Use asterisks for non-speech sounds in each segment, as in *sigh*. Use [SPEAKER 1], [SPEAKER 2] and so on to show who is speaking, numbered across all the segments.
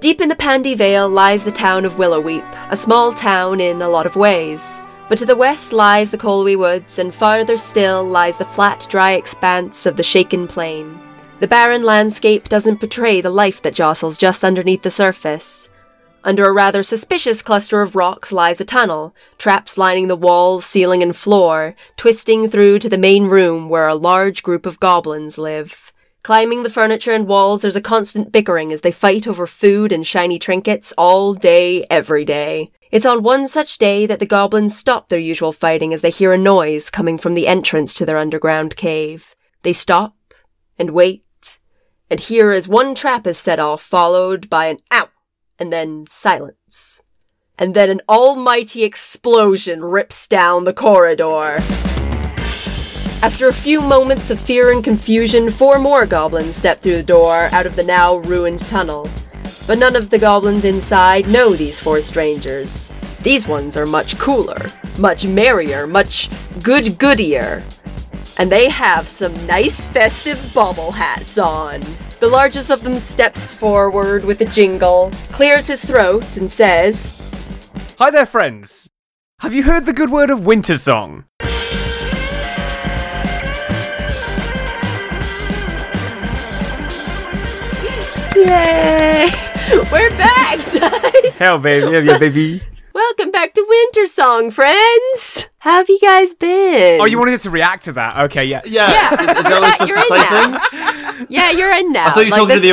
[SPEAKER 1] Deep in the Pandy Vale lies the town of Willowweep, a small town in a lot of ways. But to the west lies the Colwy Woods, and farther still lies the flat, dry expanse of the Shaken Plain. The barren landscape doesn't portray the life that jostles just underneath the surface. Under a rather suspicious cluster of rocks lies a tunnel, traps lining the walls, ceiling, and floor, twisting through to the main room where a large group of goblins live. Climbing the furniture and walls, there's a constant bickering as they fight over food and shiny trinkets all day, every day. It's on one such day that the goblins stop their usual fighting as they hear a noise coming from the entrance to their underground cave. They stop and wait, and here is one trap is set off, followed by an ow, and then silence. And then an almighty explosion rips down the corridor. After a few moments of fear and confusion, four more goblins step through the door out of the now ruined tunnel. But none of the goblins inside know these four strangers. These ones are much cooler, much merrier, much good goodier. And they have some nice festive bobble hats on. The largest of them steps forward with a jingle, clears his throat, and says,
[SPEAKER 2] Hi there, friends! Have you heard the good word of Winter Song?
[SPEAKER 1] Yay! We're back, *laughs* guys!
[SPEAKER 2] Hell, baby, yeah, yeah, baby.
[SPEAKER 1] Welcome back to Winter Song, friends! How have you guys been?
[SPEAKER 2] *laughs* Oh, you wanted to react to that? Okay, yeah.
[SPEAKER 3] Yeah.
[SPEAKER 1] Yeah. *laughs*
[SPEAKER 3] Is, is that what I'm supposed
[SPEAKER 1] You're
[SPEAKER 3] to
[SPEAKER 1] in
[SPEAKER 3] say
[SPEAKER 1] now.
[SPEAKER 3] things?
[SPEAKER 1] Yeah, you're in now.
[SPEAKER 3] *laughs* I thought you were
[SPEAKER 1] Like,
[SPEAKER 3] talking to
[SPEAKER 1] this-
[SPEAKER 3] the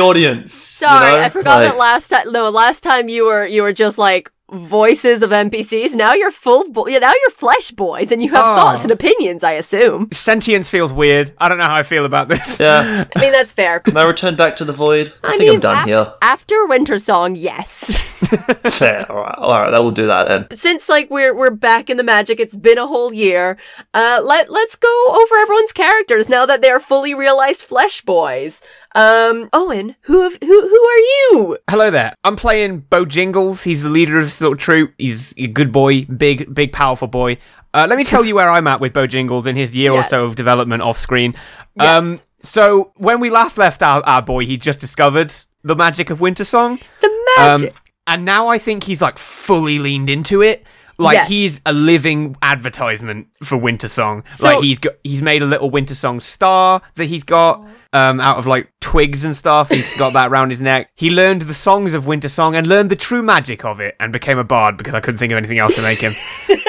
[SPEAKER 1] *laughs*
[SPEAKER 3] audience.
[SPEAKER 1] Sorry,
[SPEAKER 3] you know?
[SPEAKER 1] I forgot
[SPEAKER 3] Like,
[SPEAKER 1] that last time. No, last time you were you were just like voices of NPCs. Now you're full. Bo- yeah, now you're flesh boys, and you have
[SPEAKER 3] Ah.
[SPEAKER 2] Oh.
[SPEAKER 1] thoughts and opinions. I assume.
[SPEAKER 2] Sentience feels weird. I don't know how I feel about this.
[SPEAKER 3] Yeah.
[SPEAKER 1] I mean, that's
[SPEAKER 3] *laughs*
[SPEAKER 1] fair.
[SPEAKER 3] May I return back to the void? I,
[SPEAKER 1] I
[SPEAKER 3] think
[SPEAKER 1] mean,
[SPEAKER 3] I'm done
[SPEAKER 1] af-
[SPEAKER 3] here.
[SPEAKER 1] After Winter Song, yes. *laughs*
[SPEAKER 3] Fair. All right. All right. That will do that then.
[SPEAKER 1] Since like we're we're back in the magic, it's been a whole year. Uh, let let's go over everyone's characters now that they are fully realized flesh boys. Um, Owen, who have, who who are you?
[SPEAKER 2] *laughs* Hello there. I'm playing Bo Jingles. He's the leader of this little troop. He's a good boy, big, big, powerful boy. Uh, let me tell you where I'm at with Bo Jingles in his year
[SPEAKER 1] Yes.
[SPEAKER 2] or so of development off screen. Um,
[SPEAKER 1] Yes.
[SPEAKER 2] so when we last left our, our boy, he just discovered the magic of Winter Song.
[SPEAKER 1] The
[SPEAKER 2] Um,
[SPEAKER 1] magic.
[SPEAKER 2] and now I think he's like fully leaned into it. Like
[SPEAKER 1] Yes.
[SPEAKER 2] he's a living advertisement for Winter Song. like he's got, he's made a little Winter Song star that he's got um, out of like twigs and stuff. He's got that around his neck. He learned the songs of Winter Song and learned the true magic of it and became a bard because I couldn't think of anything else to make him.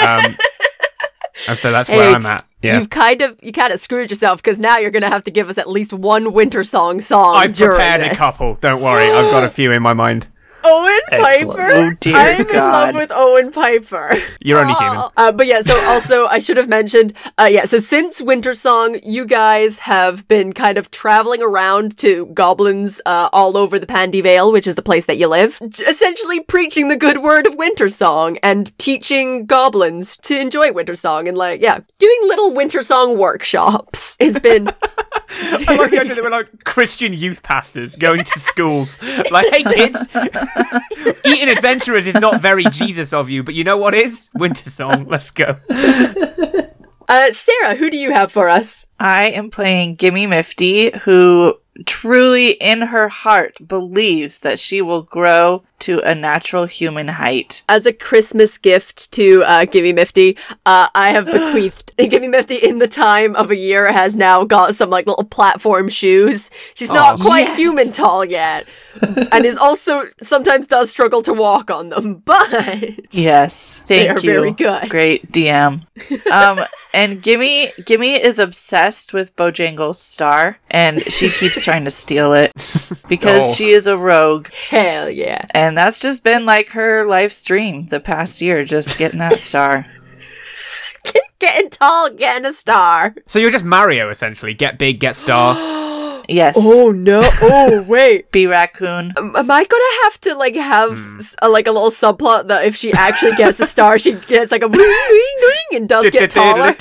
[SPEAKER 1] *laughs*
[SPEAKER 2] um, and so that's where
[SPEAKER 1] Hey,
[SPEAKER 2] I'm at. Yeah.
[SPEAKER 1] You've kind of you kind of screwed yourself because now you're gonna have to give us at least one winter song song.
[SPEAKER 2] I've
[SPEAKER 1] during
[SPEAKER 2] prepared a
[SPEAKER 1] this.
[SPEAKER 2] couple. Don't worry. I've got a few in my mind.
[SPEAKER 1] Owen
[SPEAKER 3] Excellent.
[SPEAKER 1] Piper.
[SPEAKER 3] Oh, dear
[SPEAKER 1] I'm in love
[SPEAKER 3] God.
[SPEAKER 1] with Owen Piper. *laughs*
[SPEAKER 2] You're only human.
[SPEAKER 1] Uh, but yeah, so also I should have mentioned, uh, yeah, so since Winter Song, you guys have been kind of traveling around to goblins uh, all over the Pandy Vale, which is the place that you live, j- essentially preaching the good word of Winter Song and teaching goblins to enjoy Winter Song and like, yeah, doing little Winter Song workshops. It's been
[SPEAKER 2] I like the idea that we're like Christian youth pastors going to schools. Like, hey kids, eating adventurers is not very Jesus of you, but you know what is? Winter song. Let's go.
[SPEAKER 1] Uh, Sarah, who do you have for us?
[SPEAKER 4] I am playing Gimme Mifty, who truly in her heart believes that she will grow to a natural human height.
[SPEAKER 1] As a Christmas gift to uh, Gimme Mifty, uh, I have *gasps* bequeathed Gimme Mifty in the time of a year has now got some like little platform shoes. She's not
[SPEAKER 2] Aw.
[SPEAKER 1] quite human tall yet, and is also sometimes does struggle to walk on them. *laughs* But
[SPEAKER 4] Yes. Thank
[SPEAKER 1] are
[SPEAKER 4] you.
[SPEAKER 1] very good. *laughs*
[SPEAKER 4] Great DM. Um and Gimme Gimme is obsessed with Bojangles Star and
[SPEAKER 1] *laughs*
[SPEAKER 4] she keeps trying to steal it because
[SPEAKER 2] Oh.
[SPEAKER 4] she is a rogue
[SPEAKER 1] hell yeah,
[SPEAKER 4] and that's just been like her life's dream the past year just getting
[SPEAKER 1] *laughs*
[SPEAKER 4] that star.
[SPEAKER 1] getting tall, getting a star.
[SPEAKER 2] So you're just Mario essentially. Get big, get star.
[SPEAKER 4] Yes.
[SPEAKER 1] Oh no! *laughs* Oh wait. Hmm.
[SPEAKER 4] Be raccoon.
[SPEAKER 1] Am am I gonna have to like have s a, like a little subplot that if she actually gets a star, she gets like a *laughs* wing, wing, wing, and does *gasps* *laughs* get taller?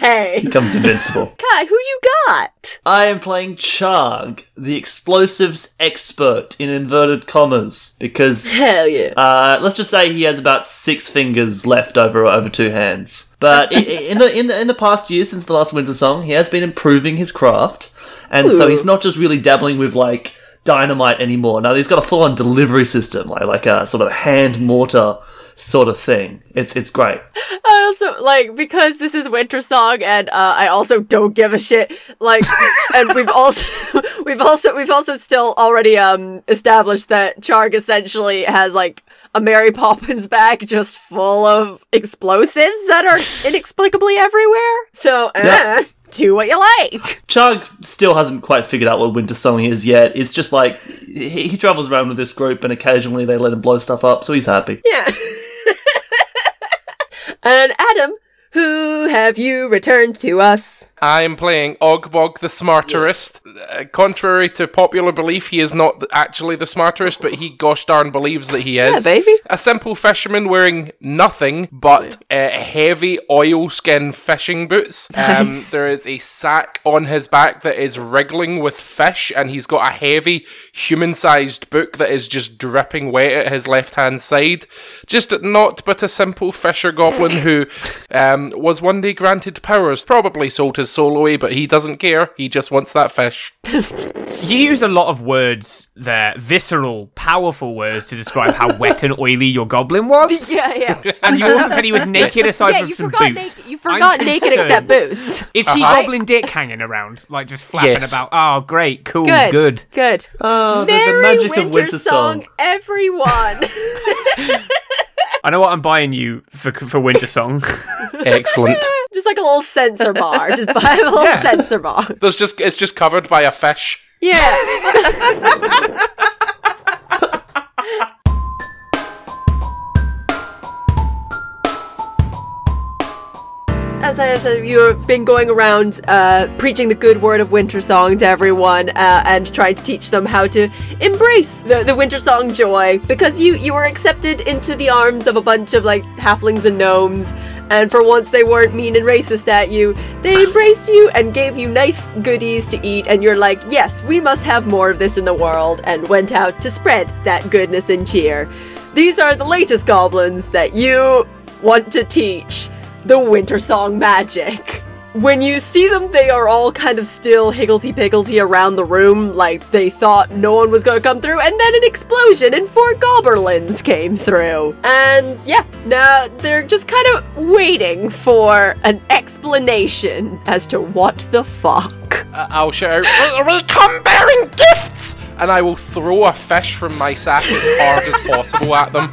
[SPEAKER 1] hey, *laughs*
[SPEAKER 3] Becomes invincible.
[SPEAKER 1] Kai, who you got?
[SPEAKER 3] I am playing Charg, the explosives expert in inverted commas, because
[SPEAKER 1] Hell yeah!
[SPEAKER 3] Uh, let's just say he has about six fingers left over over two hands. But i- i- in the in the in the past year since the last Winter Song, he has been improving his craft, and so
[SPEAKER 1] Ooh.
[SPEAKER 3] he's not just really dabbling with like dynamite anymore. Now he's got a full-on delivery system, like like a sort of hand mortar sort of thing. It's it's great.
[SPEAKER 1] I also like because this is winter song, and uh, I also don't give a shit. Like, and we've also *laughs* we've also we've also still already um established that Charg essentially has like a Mary Poppins bag just full of explosives that *laughs* are inexplicably everywhere. So eh,
[SPEAKER 3] Yeah.
[SPEAKER 1] do what you like.
[SPEAKER 3] Chug still hasn't quite figured out what Winter Song is yet. It's just like he, he travels around with this group, and occasionally they let him blow stuff up, so he's happy.
[SPEAKER 1] Yeah. *laughs* and Adam, who have you returned to us?
[SPEAKER 5] I'm playing Ogbog the Smarterest. Uh, contrary to popular belief, he is not th- actually the smarterest, but he gosh darn believes that he is.
[SPEAKER 1] baby.
[SPEAKER 5] a simple fisherman wearing nothing but uh, heavy oilskin fishing boots. Um, there is a sack on his back that is wriggling with fish, and he's got a heavy human sized book that is just dripping wet at his left hand side. Just not but a simple fisher goblin who um, was one day granted powers, probably sold his soul away, but he doesn't care. He just wants that fish.
[SPEAKER 2] You used a lot of words there, visceral, powerful words to describe how wet and oily your goblin was.
[SPEAKER 1] Yeah, yeah.
[SPEAKER 2] And you also said he was naked aside
[SPEAKER 1] yeah,
[SPEAKER 2] from
[SPEAKER 1] you
[SPEAKER 2] some
[SPEAKER 1] forgot,
[SPEAKER 2] boots.
[SPEAKER 1] naked, you forgot
[SPEAKER 2] I'm
[SPEAKER 1] naked except Uh-huh.
[SPEAKER 2] concerned.
[SPEAKER 1] boots.
[SPEAKER 2] Is he goblin dick hanging around, like just flapping
[SPEAKER 5] Yes.
[SPEAKER 2] about? Oh, great, cool,
[SPEAKER 1] Good.
[SPEAKER 2] good.
[SPEAKER 1] Good.
[SPEAKER 3] Oh, the,
[SPEAKER 1] Merry
[SPEAKER 3] the magic
[SPEAKER 1] Winter,
[SPEAKER 3] of Winter
[SPEAKER 1] song,
[SPEAKER 3] Song.
[SPEAKER 1] everyone.
[SPEAKER 2] I know what I'm buying you for for
[SPEAKER 1] *laughs*
[SPEAKER 2] winter song.
[SPEAKER 5] Excellent.
[SPEAKER 1] just like a little sensor bar. Just buy a little sensor bar.
[SPEAKER 5] There's just it's just covered by a fish.
[SPEAKER 1] Yeah. As I said, you've been going around uh, preaching the good word of Winter Song to everyone uh, and trying to teach them how to embrace the, the Winter Song joy because you, you were accepted into the arms of a bunch of like halflings and gnomes, and for once they weren't mean and racist at you. They embraced you and gave you nice goodies to eat, and you're like, yes, we must have more of this in the world, and went out to spread that goodness and cheer. These are the latest goblins that you want to teach the winter song magic. When you see them, they are all kind of still higgledy piggledy around the room, like they thought no one was going to come through, and then an explosion and four goblins came through. And yeah, now they're just kind of waiting for an explanation as to what the fuck.
[SPEAKER 5] I- I'll shout, out, "Will come bearing gifts!" And I will throw a fish from my sack as hard as possible at them.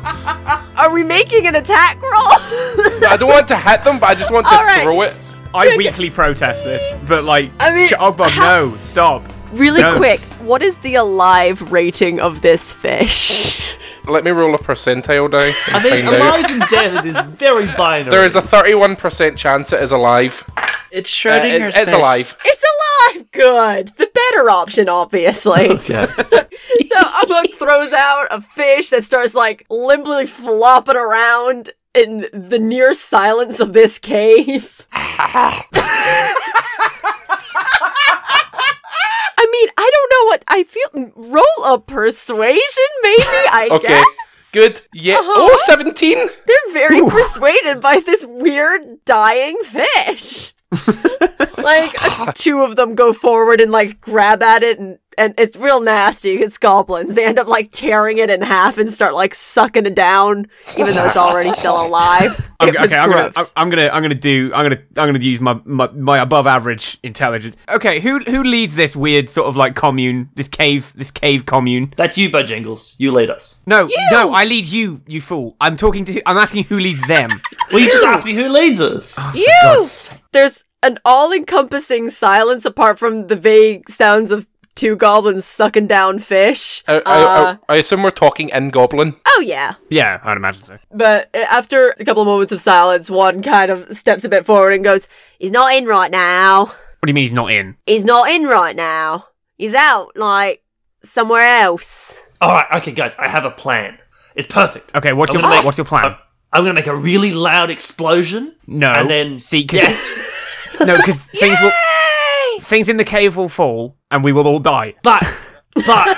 [SPEAKER 1] Are we making an attack roll?
[SPEAKER 5] *laughs* I don't want to hit them, but I just want to
[SPEAKER 1] All right.
[SPEAKER 5] throw it.
[SPEAKER 2] I weekly protest this, but like,
[SPEAKER 1] I mean,
[SPEAKER 2] Ch- oh, Bob,
[SPEAKER 1] how-
[SPEAKER 2] no, stop.
[SPEAKER 1] really
[SPEAKER 2] No.
[SPEAKER 1] quick, what is the alive rating of this fish?
[SPEAKER 5] Let me roll a percentile down. and
[SPEAKER 3] I mean,
[SPEAKER 5] find out.
[SPEAKER 3] alive and dead. It is very binary.
[SPEAKER 5] There is a 31% chance it is alive. Uh,
[SPEAKER 4] It's
[SPEAKER 5] it-
[SPEAKER 4] Schrodinger's
[SPEAKER 5] it's
[SPEAKER 4] fish.
[SPEAKER 5] alive.
[SPEAKER 1] It's alive! Good! The better option, obviously.
[SPEAKER 3] *laughs* Okay.
[SPEAKER 1] So Amok throws out a fish that starts like limply flopping around in the near silence of this cave. I mean, I don't know what I feel. Roll a persuasion, maybe. I
[SPEAKER 5] Okay.
[SPEAKER 1] guess
[SPEAKER 5] Good. Yeah. Oh, 17?
[SPEAKER 1] they're very persuaded by this weird dying
[SPEAKER 2] *laughs*
[SPEAKER 1] fish. like two of them go forward and like grab at it and and it's real nasty. It's goblins. They end up like tearing it in half and start like sucking it down, even though it's already still alive.
[SPEAKER 2] I'm,
[SPEAKER 1] It was
[SPEAKER 2] *laughs* okay, I'm gonna, I'm,
[SPEAKER 1] gross.
[SPEAKER 2] I'm gonna, I'm gonna do, I'm gonna, I'm gonna use my, my, my above average intelligence. Okay, who, who leads this weird sort of like commune, this cave, this cave commune?
[SPEAKER 3] That's you, Bojangles. You lead us.
[SPEAKER 2] No, no, I lead you, you fool. I'm talking to, I'm asking who leads
[SPEAKER 1] *laughs*
[SPEAKER 2] them.
[SPEAKER 3] Well, you just asked me who leads us.
[SPEAKER 2] Oh. you.
[SPEAKER 1] There's an all-encompassing silence apart from the vague sounds of two goblins sucking down fish.
[SPEAKER 5] I, I,
[SPEAKER 1] Uh,
[SPEAKER 5] I, I assume we're talking in Goblin.
[SPEAKER 1] oh yeah.
[SPEAKER 2] Yeah, I'd imagine so.
[SPEAKER 1] But
[SPEAKER 6] uh,
[SPEAKER 1] after a couple of moments of silence, one kind of steps a bit forward and goes, He's not in right now.
[SPEAKER 2] What do you mean he's not in?
[SPEAKER 1] He's not in right now. He's out, like, somewhere else.
[SPEAKER 3] All right, okay, guys. I have a plan. It's perfect.
[SPEAKER 2] Okay, what's
[SPEAKER 3] I'm
[SPEAKER 2] your,
[SPEAKER 3] gonna make-
[SPEAKER 2] what's your plan?
[SPEAKER 3] I'm, I'm gonna make a really loud explosion.
[SPEAKER 2] no,
[SPEAKER 3] and then
[SPEAKER 2] see, cause,
[SPEAKER 3] yes,
[SPEAKER 2] no, because
[SPEAKER 3] *laughs*
[SPEAKER 2] things will, things in the cave will fall and we will all die.
[SPEAKER 3] but
[SPEAKER 2] *laughs*
[SPEAKER 3] but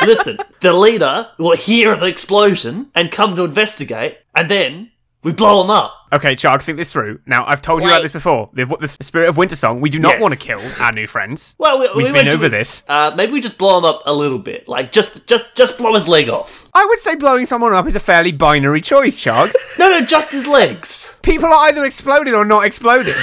[SPEAKER 3] listen, the leader will hear the explosion and come to investigate, and then we blow him up.
[SPEAKER 2] okay, Chard, think this through. Now, I've told you about this before. The, the spirit of Winter Song, we do not
[SPEAKER 3] Yes.
[SPEAKER 2] want to kill our new friends.
[SPEAKER 3] Well, we, we
[SPEAKER 2] We've
[SPEAKER 3] went
[SPEAKER 2] been
[SPEAKER 3] to-
[SPEAKER 2] over this.
[SPEAKER 3] Uh, maybe we just blow him up a little bit, like just, just, just blow his leg off.
[SPEAKER 2] I would say blowing someone up is a fairly binary choice,
[SPEAKER 3] *laughs*
[SPEAKER 2] Chard.
[SPEAKER 3] No, no, just his legs.
[SPEAKER 2] People are either exploded or not exploded.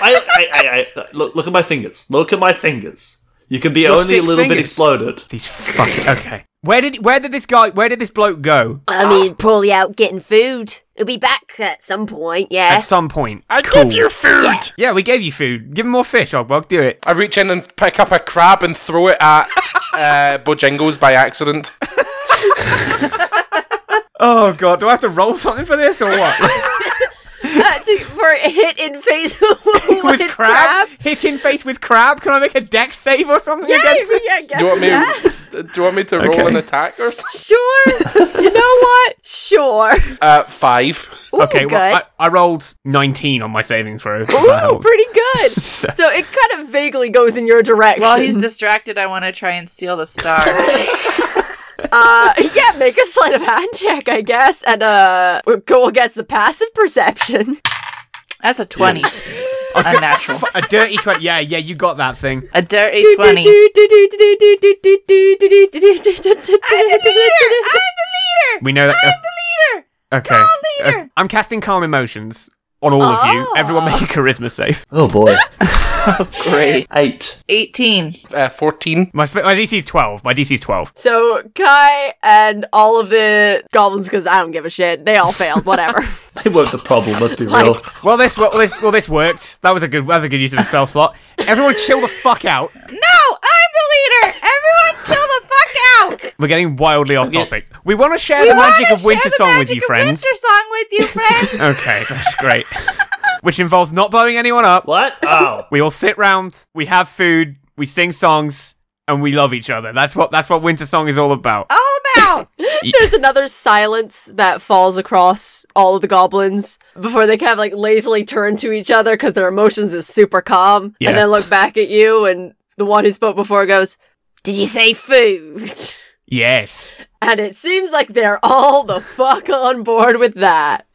[SPEAKER 3] I, I, I, I look, look at my fingers. Look at my fingers. You can be only a
[SPEAKER 2] six
[SPEAKER 3] little bit
[SPEAKER 2] fingers.
[SPEAKER 3] exploded.
[SPEAKER 2] These fucking okay. Where did where did this guy where did this bloke go *gasps*
[SPEAKER 6] I mean, probably out getting food. He'll be back at some point, yeah.
[SPEAKER 2] at some point?
[SPEAKER 5] I
[SPEAKER 2] Cool.
[SPEAKER 5] give you food.
[SPEAKER 2] Yeah, we gave you food. Give him more fish, Ogbog. Do it.
[SPEAKER 5] I reach in and pick up a crab and throw it at uh, Bojangles by accident.
[SPEAKER 2] Oh god, do I have to roll something for this or
[SPEAKER 3] *laughs*
[SPEAKER 2] what?
[SPEAKER 6] Uh, *laughs* to, for a hit in face with, *laughs*
[SPEAKER 2] *laughs* with crab?
[SPEAKER 6] crab.
[SPEAKER 2] Hit in face with crab? Can I make a dex save or something against this?
[SPEAKER 6] Yeah, I guess
[SPEAKER 5] Do you *laughs* want me?
[SPEAKER 6] yeah.
[SPEAKER 5] Do you want me to roll
[SPEAKER 2] Okay.
[SPEAKER 5] an attack or something?
[SPEAKER 6] Sure. you know what? Sure.
[SPEAKER 5] Uh, five.
[SPEAKER 6] Ooh,
[SPEAKER 2] okay,
[SPEAKER 6] good.
[SPEAKER 2] well I, I rolled nineteen on my saving throw.
[SPEAKER 6] Ooh, pretty
[SPEAKER 2] *laughs*
[SPEAKER 6] good.
[SPEAKER 2] So-
[SPEAKER 6] so it kind of vaguely goes in your direction.
[SPEAKER 4] While he's distracted, I want to try and steal the *laughs* star.
[SPEAKER 6] uh, *laughs* yeah, make a sleight of hand check, I guess, and uh, go against the passive perception.
[SPEAKER 4] That's a 20. *laughs* Unnatural.
[SPEAKER 2] *laughs* a dirty twenty. Yeah, yeah, you got that thing.
[SPEAKER 4] A dirty
[SPEAKER 6] Do, do,
[SPEAKER 4] 20.
[SPEAKER 6] do, do, do, do, do, do, do, do, do, do, do, do, do, do, do, do.
[SPEAKER 2] We know that. I'm the leader. Oh. Okay. Uh, I'm casting calm emotions on all of you. Everyone make a charisma save.
[SPEAKER 3] Oh
[SPEAKER 6] *laughs*
[SPEAKER 3] boy,
[SPEAKER 4] Great.
[SPEAKER 3] eight.
[SPEAKER 4] 18.
[SPEAKER 5] Uh, Fourteen.
[SPEAKER 2] My sp- my DC is twelve. My DC is twelve.
[SPEAKER 6] *laughs* So Kai and all of the goblins, because I don't give a shit, they all failed. Whatever. *laughs*
[SPEAKER 3] They weren't the problem. Let's be real.
[SPEAKER 2] Well, this well this well this worked. That was a good that was a good use of a spell slot. Everyone, chill the fuck out.
[SPEAKER 4] No, I'm the leader. Everyone, chill the fuck out.
[SPEAKER 2] We're getting wildly off topic. We want to share the magic of Winter Song with you, friends.
[SPEAKER 4] song with you, friends.
[SPEAKER 2] *laughs* Okay, that's great. Which involves not blowing anyone up.
[SPEAKER 3] What? Oh,
[SPEAKER 2] We all sit round. We have food. We sing songs. And we love each other. That's what that's what Winter Song is all about.
[SPEAKER 4] All about.
[SPEAKER 6] There's another silence that falls across all of the goblins before they kind of like lazily turn to each other because their emotions is super calm,
[SPEAKER 2] Yeah.
[SPEAKER 6] and then look back at you, and the one who spoke before goes, "Did you say food?" *laughs*
[SPEAKER 2] Yes.
[SPEAKER 6] And it seems like they're all the fuck on board with that.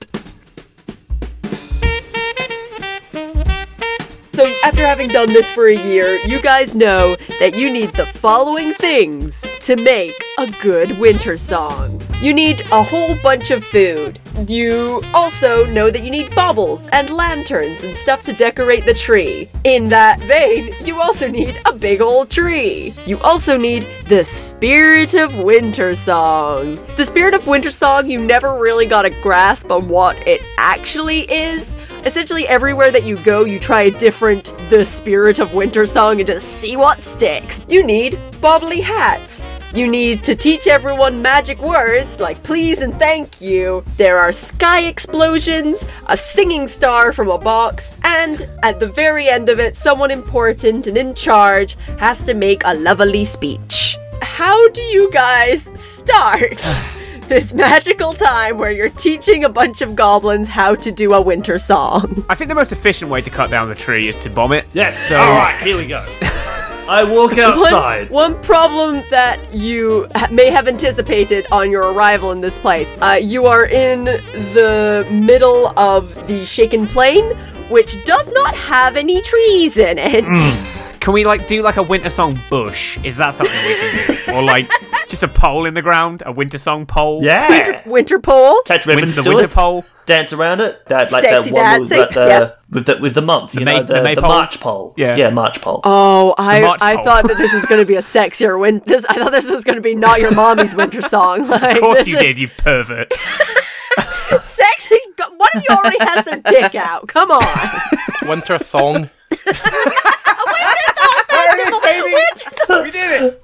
[SPEAKER 6] So, after having done this for a year, you guys know that you need the following things to make a good winter song. You need a whole bunch of food. You also know that you need baubles and lanterns and stuff to decorate the tree. In that vein, you also need a big old tree. You also need the spirit of winter song. The spirit of winter song, you never really got a grasp on what it actually is. Essentially, everywhere that you go, you try a different The Spirit of Winter song and just see what sticks. You need bobbly hats. You need to teach everyone magic words like please and thank you. There are sky explosions, a singing star from a box, and at the very end of it, someone important and in charge has to make a lovely speech. How do you guys
[SPEAKER 2] *sighs*
[SPEAKER 6] start? This magical time where you're teaching a bunch of goblins how to do a winter song.
[SPEAKER 2] I think the most efficient way to cut down the tree is to bomb it.
[SPEAKER 3] yes.
[SPEAKER 2] So
[SPEAKER 3] All right, here we
[SPEAKER 6] *laughs*
[SPEAKER 3] go. I walk
[SPEAKER 6] one,
[SPEAKER 3] outside.
[SPEAKER 6] one problem that you ha- may have anticipated on your arrival in this place uh, you are in the middle of the shaken plain which does not have any trees in it
[SPEAKER 2] Can we like do like a winter song bush? Is that something we can
[SPEAKER 6] *laughs*
[SPEAKER 2] do? or like just a pole in the ground, a winter song pole? eh.
[SPEAKER 3] Yeah.
[SPEAKER 6] *laughs* winter pole
[SPEAKER 3] Attach
[SPEAKER 2] Winter,
[SPEAKER 3] ribbons
[SPEAKER 2] the
[SPEAKER 3] to
[SPEAKER 2] winter
[SPEAKER 3] it.
[SPEAKER 6] *laughs*
[SPEAKER 2] pole.
[SPEAKER 3] Dance around it. That like
[SPEAKER 6] Sexy
[SPEAKER 3] that one with,
[SPEAKER 6] dancing,
[SPEAKER 3] that, the,
[SPEAKER 6] yeah.
[SPEAKER 3] with the with the month. You
[SPEAKER 2] May-
[SPEAKER 3] know
[SPEAKER 2] the
[SPEAKER 3] the,
[SPEAKER 2] May
[SPEAKER 3] the
[SPEAKER 2] pole?
[SPEAKER 3] March pole.
[SPEAKER 2] Yeah.
[SPEAKER 3] Yeah, March pole.
[SPEAKER 6] Oh, I,
[SPEAKER 2] The March
[SPEAKER 6] I
[SPEAKER 2] Pole.
[SPEAKER 6] thought that this was going
[SPEAKER 2] *laughs*
[SPEAKER 6] to be a sexier win. This I thought this was going to be not your mommy's winter song. Like,
[SPEAKER 2] Of course
[SPEAKER 6] this
[SPEAKER 2] you
[SPEAKER 6] is
[SPEAKER 2] did, you
[SPEAKER 6] *laughs*
[SPEAKER 2] pervert.
[SPEAKER 6] Sexy. go- One of you already has their dick out. Come on.
[SPEAKER 5] Winter thong.
[SPEAKER 2] we did it.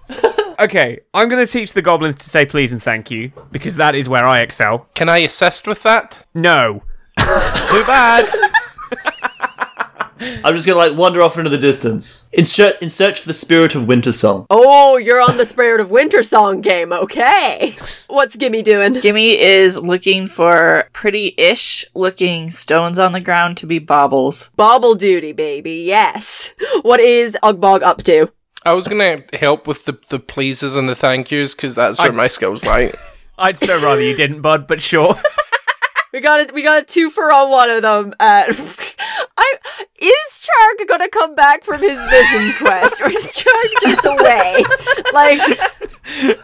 [SPEAKER 2] Okay, I'm gonna teach the goblins to say please and thank you because that is where I excel.
[SPEAKER 5] Can I assist with that?
[SPEAKER 6] *laughs*
[SPEAKER 2] No. Too bad.
[SPEAKER 3] I'm just gonna like wander off into the distance. In, search in search of the spirit of winter song.
[SPEAKER 6] Oh, you're on the spirit of winter song game. Okay. What's Gimme doing?
[SPEAKER 4] Gimme is looking for pretty-ish looking stones on the ground to be baubles.
[SPEAKER 6] Bobble duty, baby. Yes. What is Ogbog up to?
[SPEAKER 5] I was gonna help with the the pleases and the thank yous because that's where my skills lie.
[SPEAKER 2] I'd so rather you didn't, bud, but sure. *laughs*
[SPEAKER 6] We got a we got a twofer on one of them. Uh, *laughs* I is Charg gonna come back from his vision quest, or is Charg just away? like,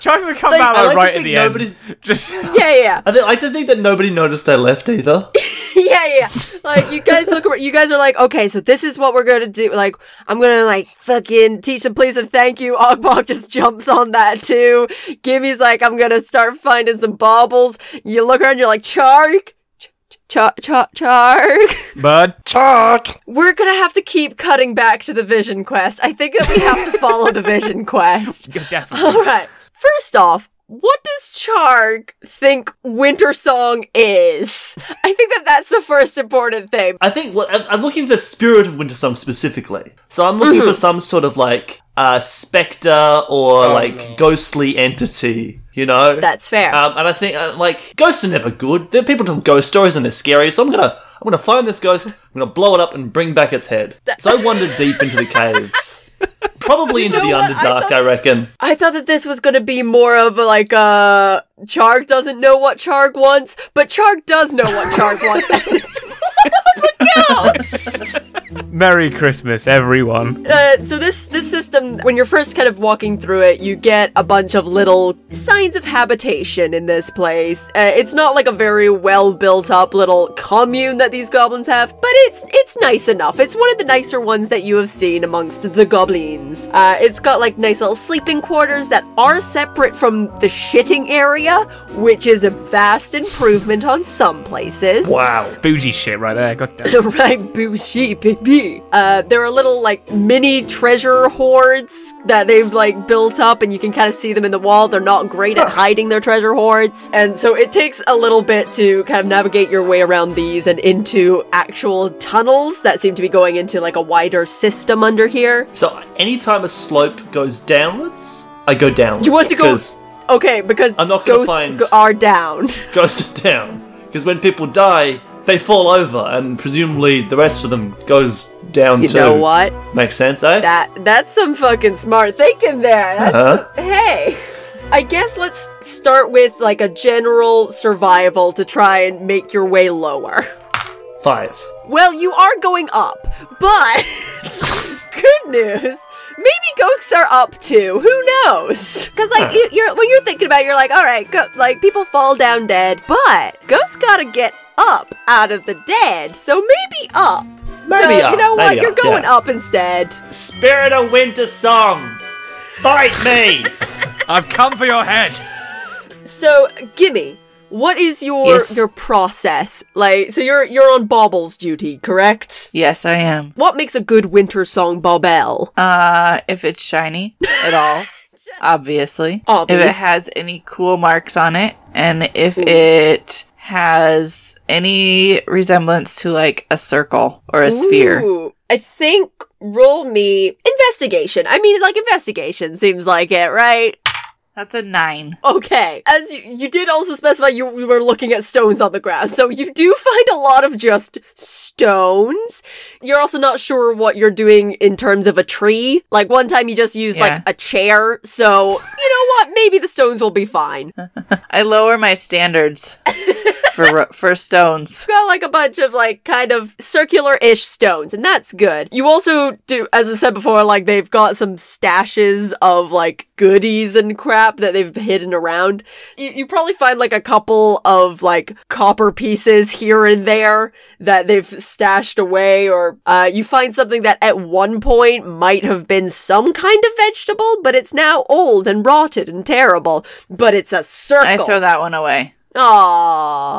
[SPEAKER 2] Charles has come
[SPEAKER 6] Like,
[SPEAKER 2] back
[SPEAKER 6] I
[SPEAKER 2] like,
[SPEAKER 3] like to
[SPEAKER 2] right at
[SPEAKER 3] think
[SPEAKER 2] the end.
[SPEAKER 3] nobody's-
[SPEAKER 2] *laughs* Just
[SPEAKER 6] yeah, yeah,
[SPEAKER 3] I, think, I didn't think that nobody noticed I left
[SPEAKER 6] *laughs*
[SPEAKER 3] either.
[SPEAKER 6] yeah, yeah. Like, you guys look, you guys are like, okay, so this is what we're gonna do. Like, I'm gonna like fucking teach them please and thank you. Ogbog just jumps on that too. Gibby's like, I'm gonna start finding some baubles. You look around, you're like, Charg, Charg, Charg, Charg.
[SPEAKER 2] bud.
[SPEAKER 5] Talk.
[SPEAKER 6] We're gonna have to keep cutting back to the vision quest. I think that we have to follow the vision quest. *laughs*
[SPEAKER 2] You're definitely.
[SPEAKER 6] All right. First off, what does Charg think Winter Song is? I think that that's the first important thing.
[SPEAKER 3] I think what I'm, I'm looking for the spirit of Winter Song specifically. So I'm looking
[SPEAKER 6] Mm-hmm.
[SPEAKER 3] for some sort of like uh, specter or
[SPEAKER 6] Oh,
[SPEAKER 3] like ghostly entity, you know.
[SPEAKER 6] That's fair.
[SPEAKER 3] um, and I think uh, like ghosts are never good. There are people tell ghost stories and they're scary. So I'm gonna I'm gonna find this ghost. I'm gonna blow it up and bring back its head. So I wander deep into the caves,
[SPEAKER 6] *laughs*
[SPEAKER 3] probably into the
[SPEAKER 6] know what? I
[SPEAKER 3] underdark.
[SPEAKER 6] thought-
[SPEAKER 3] I reckon.
[SPEAKER 6] I thought that this was gonna be more of a, like uh Charg doesn't know what Charg wants, but Charg does know what *laughs* Charg wants. That is- *laughs* Oh
[SPEAKER 2] Merry Christmas, everyone.
[SPEAKER 6] uh, so this this system, when you're first kind of walking through it, you get a bunch of little signs of habitation in this place. Uh, it's not like a very well built up little commune that these goblins have, but it's it's nice enough. It's one of the nicer ones that you have seen amongst the goblins. Uh, it's got like nice little sleeping quarters that are separate from the shitting area, which is a vast improvement on some places
[SPEAKER 2] Wow, bougie shit right there. God damn.
[SPEAKER 6] *laughs* right bougie baby uh there are little like mini treasure hoards that they've like built up and you can kind of see them in the wall they're not great at hiding their treasure hoards and so it takes a little bit to kind of navigate your way around these and into actual tunnels that seem to be going into like a wider system under here
[SPEAKER 3] So anytime a slope goes downwards, I go downwards.
[SPEAKER 6] You want to go-
[SPEAKER 3] 'cause
[SPEAKER 6] okay because
[SPEAKER 3] I'm not gonna
[SPEAKER 6] ghosts
[SPEAKER 3] find-
[SPEAKER 6] g- are down
[SPEAKER 3] ghosts are *laughs* down because when people die, they fall over, and presumably the rest of them goes down
[SPEAKER 6] you
[SPEAKER 3] too.
[SPEAKER 6] know what
[SPEAKER 3] Makes sense, eh?
[SPEAKER 6] that that's some fucking smart thinking there that's
[SPEAKER 3] huh?
[SPEAKER 6] Hey, I guess let's start with like a general survival to try and make your way lower.
[SPEAKER 3] Five.
[SPEAKER 6] Well, you are going up, but *laughs* good news. Maybe ghosts are up too. Who knows? Because like you, you're when you're thinking about, it, you're like, all right, go, like people fall down dead, but ghosts gotta get up out of the dead. So maybe up.
[SPEAKER 3] Maybe
[SPEAKER 6] so, You
[SPEAKER 3] up,
[SPEAKER 6] know what?
[SPEAKER 3] maybe
[SPEAKER 6] You're
[SPEAKER 3] up,
[SPEAKER 6] going
[SPEAKER 3] yeah.
[SPEAKER 6] up instead.
[SPEAKER 3] Spirit of Winter Song, fight
[SPEAKER 6] *laughs*
[SPEAKER 3] me!
[SPEAKER 2] I've come for your head.
[SPEAKER 6] So, gimme. What is your
[SPEAKER 3] Yes.
[SPEAKER 6] your process like? So you're you're on baubles duty, correct?
[SPEAKER 4] Yes, I am.
[SPEAKER 6] What makes a good winter song baubel?
[SPEAKER 4] Uh, if it's shiny at all, obviously. If it
[SPEAKER 6] Obvious.
[SPEAKER 4] has any cool marks on it, and if it has any resemblance to like a circle or a sphere.
[SPEAKER 6] Ooh, I think roll me investigation. I mean, like investigation seems like it, right?
[SPEAKER 4] That's a nine.
[SPEAKER 6] Okay. As you, you did also specify you, you were looking at stones on the ground. So you do find a lot of just stones. You're also not sure what you're doing in terms of a tree. Like one time you just used
[SPEAKER 4] Yeah.
[SPEAKER 6] like a chair. So you know what? Maybe the stones will be fine.
[SPEAKER 4] I lower my
[SPEAKER 6] *laughs*
[SPEAKER 4] standards for for stones.
[SPEAKER 6] got like a bunch of like kind of circular-ish stones and that's good you also do as i said before like they've got some stashes of like goodies and crap that they've hidden around you, you probably find like a couple of like copper pieces here and there that they've stashed away or uh, you find something that at one point might have been some kind of vegetable but it's now old and rotted and terrible but it's a circle
[SPEAKER 4] I throw that one away.
[SPEAKER 6] Aww.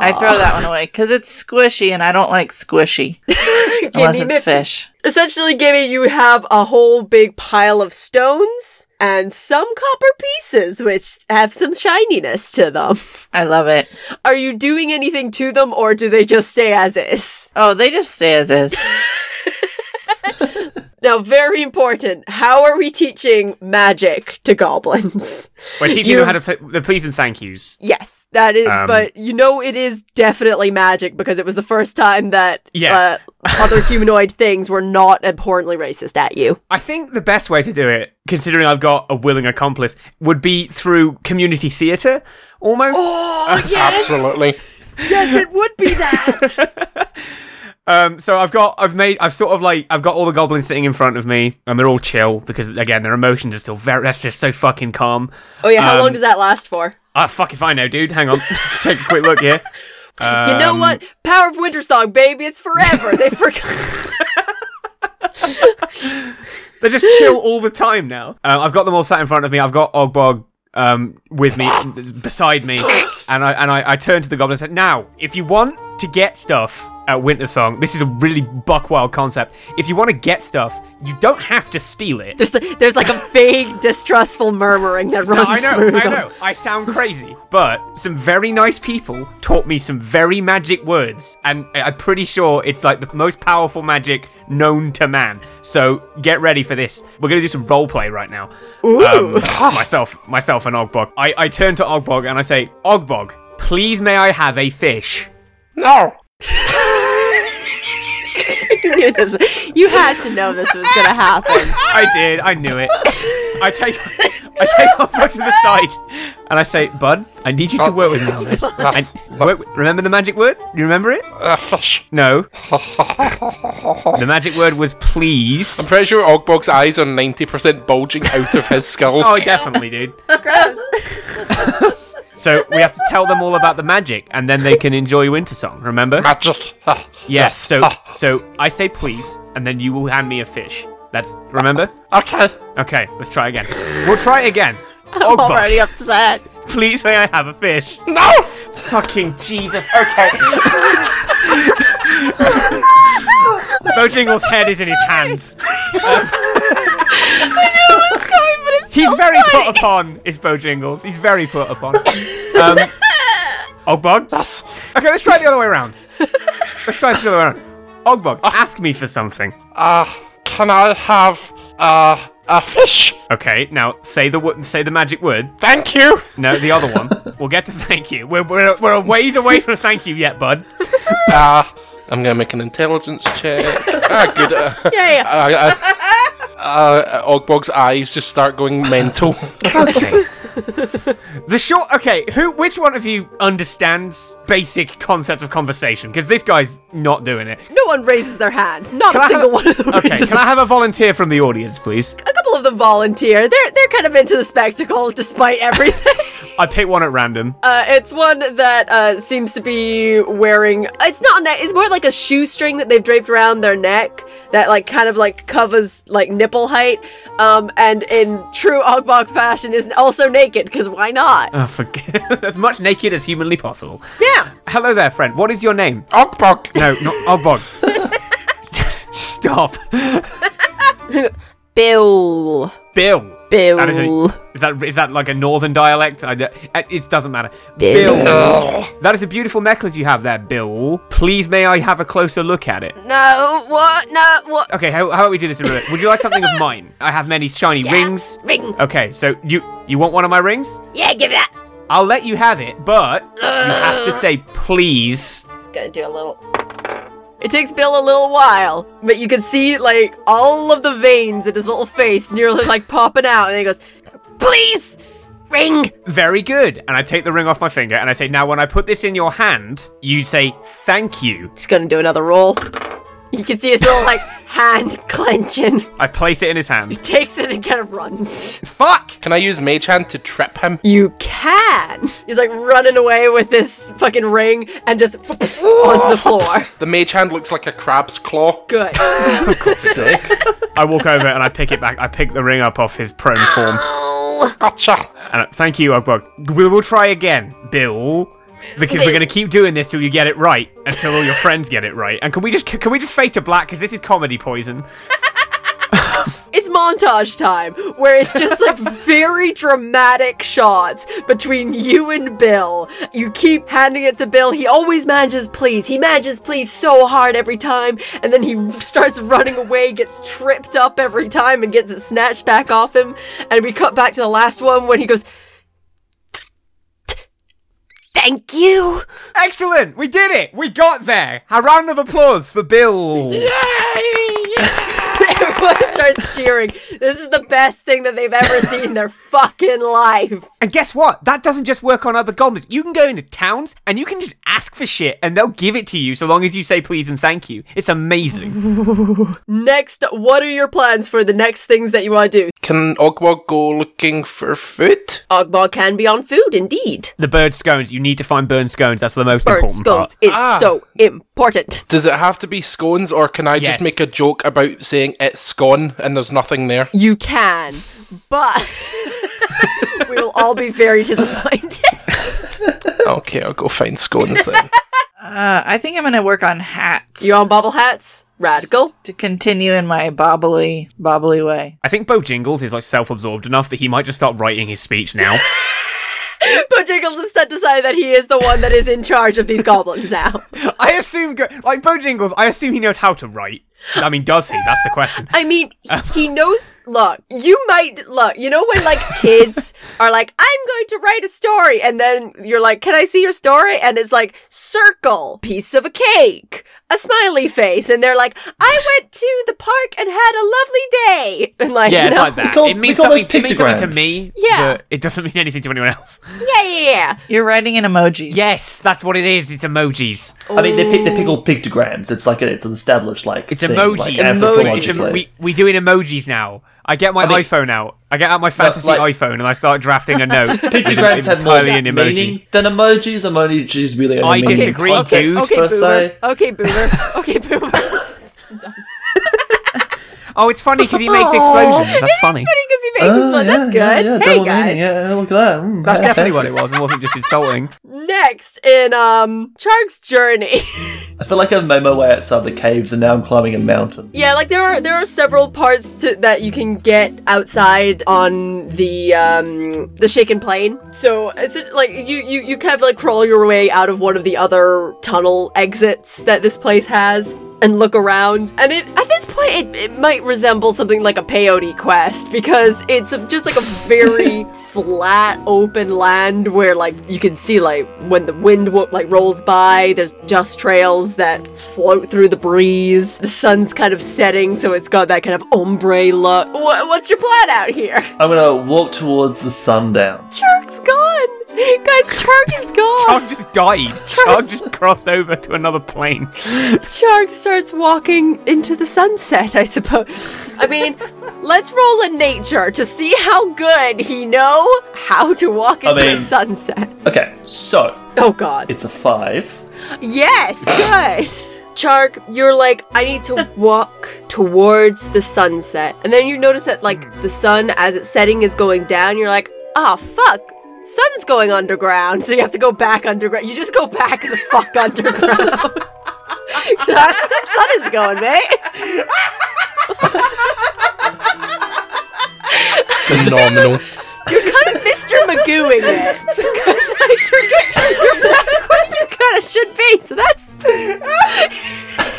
[SPEAKER 4] I throw that one away because it's squishy, and I don't like
[SPEAKER 6] *laughs*
[SPEAKER 4] squishy unless it's fish.
[SPEAKER 6] Essentially, Gibby, you have a whole big pile of stones and some copper pieces, which have some shininess to them.
[SPEAKER 4] I love it.
[SPEAKER 6] Are you doing anything to them, or do they just stay as is?
[SPEAKER 4] Oh, they just stay as is.
[SPEAKER 6] Now, very important. How are we teaching magic to goblins? *laughs*
[SPEAKER 2] We're teaching
[SPEAKER 6] You-
[SPEAKER 2] them how to say the please and thank yous.
[SPEAKER 6] Yes, that is.
[SPEAKER 2] Um,
[SPEAKER 6] but you know, it is definitely magic because it was the first time that
[SPEAKER 2] Yeah.
[SPEAKER 6] uh, other humanoid things were not abhorrently racist at you.
[SPEAKER 2] I think the best way to do it, considering I've got a willing accomplice, would be through community theatre, almost.
[SPEAKER 6] Oh yes.
[SPEAKER 5] Absolutely.
[SPEAKER 6] yes, it would be that.
[SPEAKER 2] Um, so I've got, I've made, I've sort of like, I've got all the goblins sitting in front of me, and they're all chill because again, their emotions are still very, that's just so fucking calm.
[SPEAKER 6] *laughs* Oh yeah, how
[SPEAKER 2] Um,
[SPEAKER 6] long does that last for?
[SPEAKER 2] Ah, fuck if I know, dude. Hang on, *laughs* let's take a quick look here.
[SPEAKER 6] you
[SPEAKER 2] Um,
[SPEAKER 6] know what? Power of Winter Song, baby, it's
[SPEAKER 2] *laughs*
[SPEAKER 6] forever. they forgot.
[SPEAKER 2] They're just chill all the time now. Uh, I've got them all sat in front of me. I've got Ogbog um, with me, beside me, and I and I, I turned to the goblin and said, "Now, if you want to get stuff at Wintersong, this is a really buck wild concept. If you want to get stuff, you don't have to steal it."
[SPEAKER 6] There's, there's like a vague, distrustful murmuring that
[SPEAKER 2] No,
[SPEAKER 6] runs
[SPEAKER 2] I know,
[SPEAKER 6] through
[SPEAKER 2] I
[SPEAKER 6] them. *laughs*
[SPEAKER 2] know. I sound crazy, but some very nice people taught me some very magic words, and I- I'm pretty sure it's like the most powerful magic known to man. So get ready for this. We're gonna do some role play right now. Um, myself, myself, and Ogbog. I, I turn to Ogbog and I say, Ogbog, please may I have a fish?
[SPEAKER 5] No.
[SPEAKER 6] you knew this. was- You had to know this was going
[SPEAKER 2] *laughs*
[SPEAKER 6] to happen.
[SPEAKER 2] I did. I knew it. I take. I take Ogbog to the side and I say, Bud, I need you
[SPEAKER 5] Oh.
[SPEAKER 2] to work with me on this. I- work with- remember the magic word? You remember it?
[SPEAKER 5] Uh, fish.
[SPEAKER 2] No. the magic word was please.
[SPEAKER 5] I'm pretty sure Ogbog's eyes are 90% bulging out of his skull.
[SPEAKER 2] *laughs* Oh, definitely, dude.
[SPEAKER 6] *laughs* Gross.
[SPEAKER 2] *laughs* So we have to tell them all about the magic, and then they can enjoy Wintersong. Remember?
[SPEAKER 5] Magic. Ah,
[SPEAKER 2] Yes. So, so I say please, and then you will hand me a fish. That's remember?
[SPEAKER 5] Okay.
[SPEAKER 2] Okay, let's try again. We'll try it again.
[SPEAKER 6] *laughs* I'm
[SPEAKER 2] Ogbot,
[SPEAKER 6] already upset.
[SPEAKER 2] please may I have a fish?
[SPEAKER 5] No!
[SPEAKER 2] Fucking Jesus. *laughs* Okay. Bojingle's head is in his
[SPEAKER 6] *laughs*
[SPEAKER 2] hands.
[SPEAKER 6] It's coming, but it's
[SPEAKER 2] He's very put upon, is Bo Jingles. He's very put
[SPEAKER 6] *laughs*
[SPEAKER 2] upon. Um, Ogbog? Okay, let's try it the other way around. Let's try this the other way around. Ogbog, ask me for something.
[SPEAKER 5] Uh, can I have uh, a fish?
[SPEAKER 2] Okay, now say the wo- say the magic word.
[SPEAKER 5] Thank you.
[SPEAKER 2] No, the other one. We'll get to thank you. We're, we're, we're a ways away from thank you yet, bud.
[SPEAKER 5] Uh, I'm gonna make an intelligence check. ah, good. Uh,
[SPEAKER 6] yeah, yeah.
[SPEAKER 5] uh, uh, Ogbog's eyes just start going mental.
[SPEAKER 2] Okay. The short. Okay, who? Which one of you understands basic concepts of conversation? Because this guy's not doing *laughs* it.
[SPEAKER 6] No one raises their hand. Not a
[SPEAKER 2] I
[SPEAKER 6] single
[SPEAKER 2] have
[SPEAKER 6] one of them
[SPEAKER 2] Okay,
[SPEAKER 6] raises
[SPEAKER 2] can I have a volunteer from the audience, please?
[SPEAKER 6] A couple of them volunteer. They're they're kind of into the spectacle despite everything.
[SPEAKER 2] I pick one at random.
[SPEAKER 6] uh, it's one that uh, seems to be wearing. It's not a neck. It's more like a shoestring that they've draped around their neck that like kind of like covers like nipple height. Um, and in true Ogbok fashion, is also naked because
[SPEAKER 2] *laughs*
[SPEAKER 6] why not?
[SPEAKER 2] Oh, forget as much naked as humanly possible.
[SPEAKER 6] Yeah.
[SPEAKER 2] Hello there, friend. What is your name?
[SPEAKER 5] *laughs* Ogbog.
[SPEAKER 2] No, not *laughs* Ogbog. Stop,
[SPEAKER 6] Bill.
[SPEAKER 2] Bill.
[SPEAKER 6] Bill.
[SPEAKER 2] That is, a, is that is that like a northern dialect? I, d- it doesn't matter.
[SPEAKER 6] Bill.
[SPEAKER 2] That is a beautiful necklace you have there, Bill. Please, may I have a closer look at it?
[SPEAKER 6] No. What? No. What?
[SPEAKER 2] Okay, how, how about we do this in a minute? Would you like something
[SPEAKER 6] *laughs*
[SPEAKER 2] of mine? I have many shiny rings.
[SPEAKER 6] Rings.
[SPEAKER 2] Okay, so you you want one of my rings?
[SPEAKER 6] Yeah. Give that.
[SPEAKER 2] I'll let you have it, but you have to say please.
[SPEAKER 6] It's gonna do a little. It takes Bill a little while, but you can see like all of the veins in his little face nearly like popping out, and he goes, "Please, ring."
[SPEAKER 2] Very good. And I take the ring off my finger and I say, now when I put this in your hand, you say thank you.
[SPEAKER 6] He's gonna do another roll. You can see his little like *laughs* hand clenching.
[SPEAKER 2] I place it in his hand.
[SPEAKER 6] Takes it and kind of runs.
[SPEAKER 2] Fuck!
[SPEAKER 5] Can I use Mage Hand to trip him?
[SPEAKER 6] You can. He's like running away with this fucking ring and *laughs* just onto the floor.
[SPEAKER 5] The Mage Hand looks like a crab's claw.
[SPEAKER 6] *laughs* Good.
[SPEAKER 3] Sick.
[SPEAKER 6] *laughs*
[SPEAKER 2] I walk over and I pick it back. I pick the ring up off his prone form.
[SPEAKER 5] Gotcha.
[SPEAKER 2] And I, thank you, Ogbog. We will try again, Bill. Because we're gonna keep doing this till you get it right, until all your *laughs* friends get it right. And can we just can we just fade to black? Because this is comedy poison.
[SPEAKER 6] It's montage time where it's just like very dramatic shots between you and Bill. You keep handing it to Bill. He always manages please. He manages please so hard every time and then he *laughs* starts running away, gets tripped up every time and gets it snatched back off him. And we cut back to the last one when he goes Thank you. *laughs*
[SPEAKER 2] Excellent, we did it. We got there. A round of applause for Bill.
[SPEAKER 6] Everyone Everyone starts cheering. This is the best thing that they've ever seen in their fucking life.
[SPEAKER 2] And guess what? That doesn't just work on other goblins. You can go into towns and you can just ask for shit and they'll give it to you so long as you say please and thank you. It's
[SPEAKER 6] *laughs*
[SPEAKER 2] amazing.
[SPEAKER 6] Next, what are your plans for the next things that you want to do?
[SPEAKER 5] Can Ogwog go looking for food?
[SPEAKER 6] Ogbog can be on food, indeed.
[SPEAKER 2] the bird scones, you need to find burn scones. That's the most
[SPEAKER 6] Burnt
[SPEAKER 2] important
[SPEAKER 6] scones
[SPEAKER 2] part. Ah.
[SPEAKER 6] is so important.
[SPEAKER 5] Does it have to be scones, or can I
[SPEAKER 2] Yes.
[SPEAKER 5] just make a joke about saying it's scone and there's nothing there?
[SPEAKER 6] You can, *laughs* but we will all be very disappointed.
[SPEAKER 5] *laughs* Okay, I'll go find scones then.
[SPEAKER 4] Uh, I think I'm going to work on hats
[SPEAKER 6] *laughs* you on bobble hats? Radical.
[SPEAKER 4] to continue in my bobbly, bobbly way.
[SPEAKER 2] I think Bo Jingles is like self-absorbed enough that he might just start writing his speech
[SPEAKER 6] *laughs*
[SPEAKER 2] now.
[SPEAKER 6] But Jiggles instead decided that he is the one that is in charge of these goblins now.
[SPEAKER 2] I assume, go- like Bo Jingles, I assume he knows how to write. I mean, does he? That's the *laughs* question.
[SPEAKER 6] I mean,
[SPEAKER 3] *laughs*
[SPEAKER 6] he knows. Look, you might look. You know when like
[SPEAKER 3] *laughs*
[SPEAKER 6] kids are like, "I'm going to write a story," and then you're like, "Can I see your story?" And it's like circle, piece of a cake, a smiley face, and they're like,
[SPEAKER 3] *laughs*
[SPEAKER 6] "I went to the park and had a lovely day,y," *laughs* and like,
[SPEAKER 2] Yeah,
[SPEAKER 6] you
[SPEAKER 2] it's
[SPEAKER 6] know?
[SPEAKER 2] like that.
[SPEAKER 3] We call-
[SPEAKER 2] it, means
[SPEAKER 3] we call
[SPEAKER 2] something,
[SPEAKER 3] those
[SPEAKER 2] it means something to
[SPEAKER 3] pictograms.
[SPEAKER 2] me.
[SPEAKER 6] Yeah.
[SPEAKER 2] but it doesn't mean anything to anyone else.
[SPEAKER 6] yeah, yeah, yeah.
[SPEAKER 4] You're writing in emojis.
[SPEAKER 2] Yes, that's what it is. It's emojis.
[SPEAKER 3] I mean, they pick they pick all pictograms. It's like a, it's an established like
[SPEAKER 2] It's
[SPEAKER 3] thing,
[SPEAKER 2] emojis.
[SPEAKER 3] Like,
[SPEAKER 6] Emojis.
[SPEAKER 2] It's em-
[SPEAKER 3] anthropologically.
[SPEAKER 2] we we doing emojis now. I get my
[SPEAKER 3] I mean-
[SPEAKER 2] iPhone out. I get out my fantasy
[SPEAKER 3] like-
[SPEAKER 2] iPhone and I start drafting a *laughs* note.
[SPEAKER 3] Pictograms have more
[SPEAKER 2] entirely an emoji.
[SPEAKER 3] meaning than emojis. Emojis really only
[SPEAKER 2] I
[SPEAKER 3] mean
[SPEAKER 2] disagree,
[SPEAKER 3] context
[SPEAKER 2] dude.
[SPEAKER 6] Okay,
[SPEAKER 3] per
[SPEAKER 6] boomer.
[SPEAKER 3] se. *laughs*
[SPEAKER 6] Okay, boomer. Okay, boomer. *laughs*
[SPEAKER 2] Oh, it's funny because he makes explosions. That's funny.
[SPEAKER 6] Because he makes his one. That's
[SPEAKER 3] Oh,
[SPEAKER 6] good.
[SPEAKER 3] Yeah, yeah,
[SPEAKER 6] hey
[SPEAKER 3] double
[SPEAKER 6] guys.
[SPEAKER 3] meaning. Yeah, yeah, look at that.
[SPEAKER 2] *laughs*
[SPEAKER 3] Mm,
[SPEAKER 2] That's
[SPEAKER 3] yeah,
[SPEAKER 2] definitely
[SPEAKER 3] fancy.
[SPEAKER 2] what it was. It wasn't just *laughs* insulting.
[SPEAKER 6] Next in um Charg's journey.
[SPEAKER 3] I feel like I've made my way outside the caves and now I'm climbing a mountain.
[SPEAKER 6] Yeah, like there are there are several parts to, that you can get outside on the um the shaken plane. So it's like you you you kind of like crawl your way out of one of the other tunnel exits that this place has and look around. And it at this point it, it might resemble something like a peyote quest because it's just like a very flat open land where like you can see like when the wind wo- like rolls by, there's dust trails that float through the breeze. The sun's kind of setting, so it's got that kind of ombre look. Wha what's your plan out here?
[SPEAKER 3] I'm gonna walk towards the sundown.
[SPEAKER 6] Chark's gone, guys. Chark is
[SPEAKER 2] Chug
[SPEAKER 6] gone.
[SPEAKER 2] just died. Chug just crossed over to another plane.
[SPEAKER 6] Chark starts walking into the sunset. I suppose. I mean. Let's roll a nature to see how good he know how to walk
[SPEAKER 3] I
[SPEAKER 6] into the
[SPEAKER 3] mean-
[SPEAKER 6] sunset.
[SPEAKER 3] Okay, so
[SPEAKER 6] Oh god.
[SPEAKER 3] it's a five.
[SPEAKER 6] Yes, good. Chark, you're like, I need to walk towards the sunset. And then you notice that, like, the sun as it's setting is going down. You're like, ah, fuck. Sun's going underground. So you have to go back underground. You just go back the fuck *laughs* underground. That's where the sun is going, mate.
[SPEAKER 5] *laughs* Phenomenal.
[SPEAKER 6] You're kind of Mr. Magooing it. 'Cause, like, you're, get- you're back where you kind of should be. So that's. *laughs*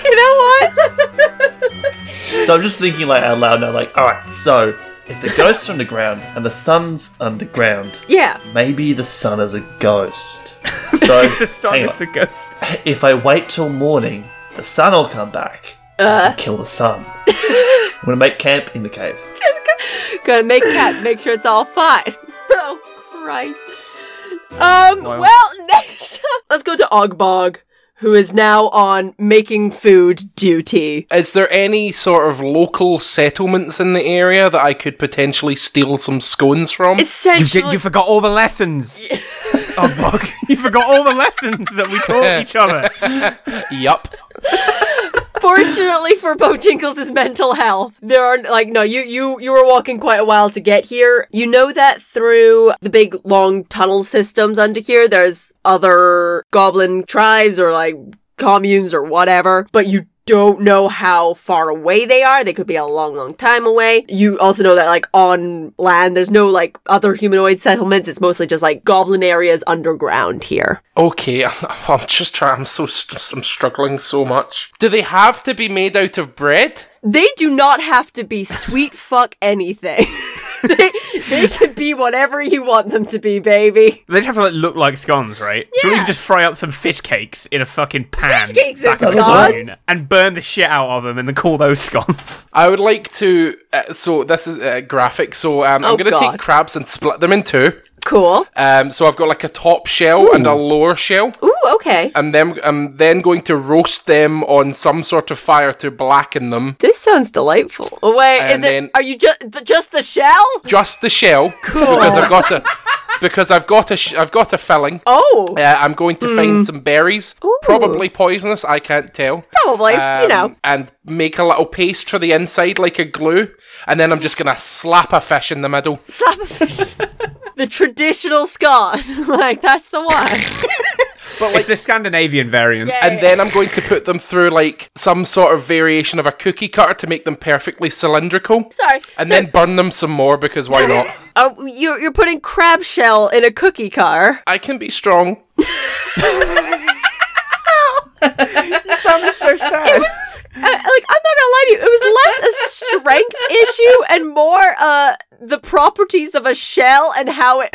[SPEAKER 6] you know what?
[SPEAKER 3] So I'm just thinking like out loud now, like, alright, so if the ghost's underground and the sun's underground,
[SPEAKER 6] Yeah.
[SPEAKER 3] maybe the sun is a
[SPEAKER 2] *laughs*
[SPEAKER 3] ghost. So
[SPEAKER 2] The sun
[SPEAKER 3] hang
[SPEAKER 2] is
[SPEAKER 3] on.
[SPEAKER 2] the ghost.
[SPEAKER 3] if I wait till morning, the sun will come back. and I
[SPEAKER 4] Uh.
[SPEAKER 3] can kill the
[SPEAKER 4] *laughs*
[SPEAKER 3] sun. I'm gonna make camp in the cave.
[SPEAKER 6] Gonna make that, make sure it's all fine. *laughs* Oh, Christ. Um,
[SPEAKER 2] Wow.
[SPEAKER 6] well, *laughs* next up, let's go to Ogbog, who is now on making food duty.
[SPEAKER 5] Is there any sort of local settlements in the area that I could potentially steal some scones from?
[SPEAKER 2] You,
[SPEAKER 6] Essentially,
[SPEAKER 2] did, you forgot all the
[SPEAKER 6] *laughs*
[SPEAKER 2] lessons. oh, bug. *laughs* You forgot all the lessons that we taught each other.
[SPEAKER 5] Yup.
[SPEAKER 6] fortunately for Bojinkles' mental health, there are like no, you you you were walking quite a while to get here. You know that through the big long tunnel systems under here, there's other goblin tribes or like communes or whatever, but you don't know how far away they are. They could be a long, long time away. You also know that like on land, there's no like other humanoid settlements. It's mostly just like goblin areas underground here.
[SPEAKER 5] Okay, *laughs* I'm, I'm just trying. I'm so st- I'm struggling so much. Do they have to be made out of bread? *laughs*
[SPEAKER 6] They do not have to be sweet fuck anything. *laughs* they, they can be whatever you want them to be, baby.
[SPEAKER 2] *laughs* They just have to like, look like scones, right? Yeah. So we can just fry up some fish cakes in a fucking pan.
[SPEAKER 6] Fish cakes are
[SPEAKER 2] back on
[SPEAKER 6] scones?
[SPEAKER 2] the moon And burn the shit out of them and then call those *laughs* scones.
[SPEAKER 5] I would like to. Uh, so this is uh, graphic. So um,
[SPEAKER 6] Oh,
[SPEAKER 5] I'm going to
[SPEAKER 6] God.
[SPEAKER 5] take crabs and split them in two.
[SPEAKER 6] Cool.
[SPEAKER 5] Um, so I've got like a top shell and a lower shell.
[SPEAKER 6] Ooh, okay.
[SPEAKER 5] And then I'm then going to roast them on some sort of fire to blacken them.
[SPEAKER 6] This sounds delightful. Oh, wait, is it?
[SPEAKER 5] And then-
[SPEAKER 6] are you just just the shell?
[SPEAKER 5] Just the shell, because I've got a because I've got a sh- I've got a filling.
[SPEAKER 6] Oh,
[SPEAKER 5] Uh, I'm going to
[SPEAKER 6] Hmm.
[SPEAKER 5] find some berries, probably poisonous. I can't tell.
[SPEAKER 6] probably. *laughs* you
[SPEAKER 5] um,
[SPEAKER 6] know.
[SPEAKER 5] and make a little paste for the inside like a glue, and then I'm just gonna slap a fish in the middle. *laughs*
[SPEAKER 6] Salmon- the traditional scone. *laughs* like, that's
[SPEAKER 5] *laughs*
[SPEAKER 6] the one.
[SPEAKER 2] it's the Scandinavian variant.
[SPEAKER 5] And then I'm going to put them through like some sort of variation of a cookie cutter to make them perfectly cylindrical.
[SPEAKER 6] Sorry.
[SPEAKER 5] And
[SPEAKER 6] so,
[SPEAKER 5] then burn them some more because why not?
[SPEAKER 6] oh, you're, you're putting crab shell in a cookie car.
[SPEAKER 5] I can be strong.
[SPEAKER 2] sounded *laughs* so sad.
[SPEAKER 6] Uh, like, I'm not gonna lie to you, it was less a strength issue and more uh, the properties of a shell and how it *laughs*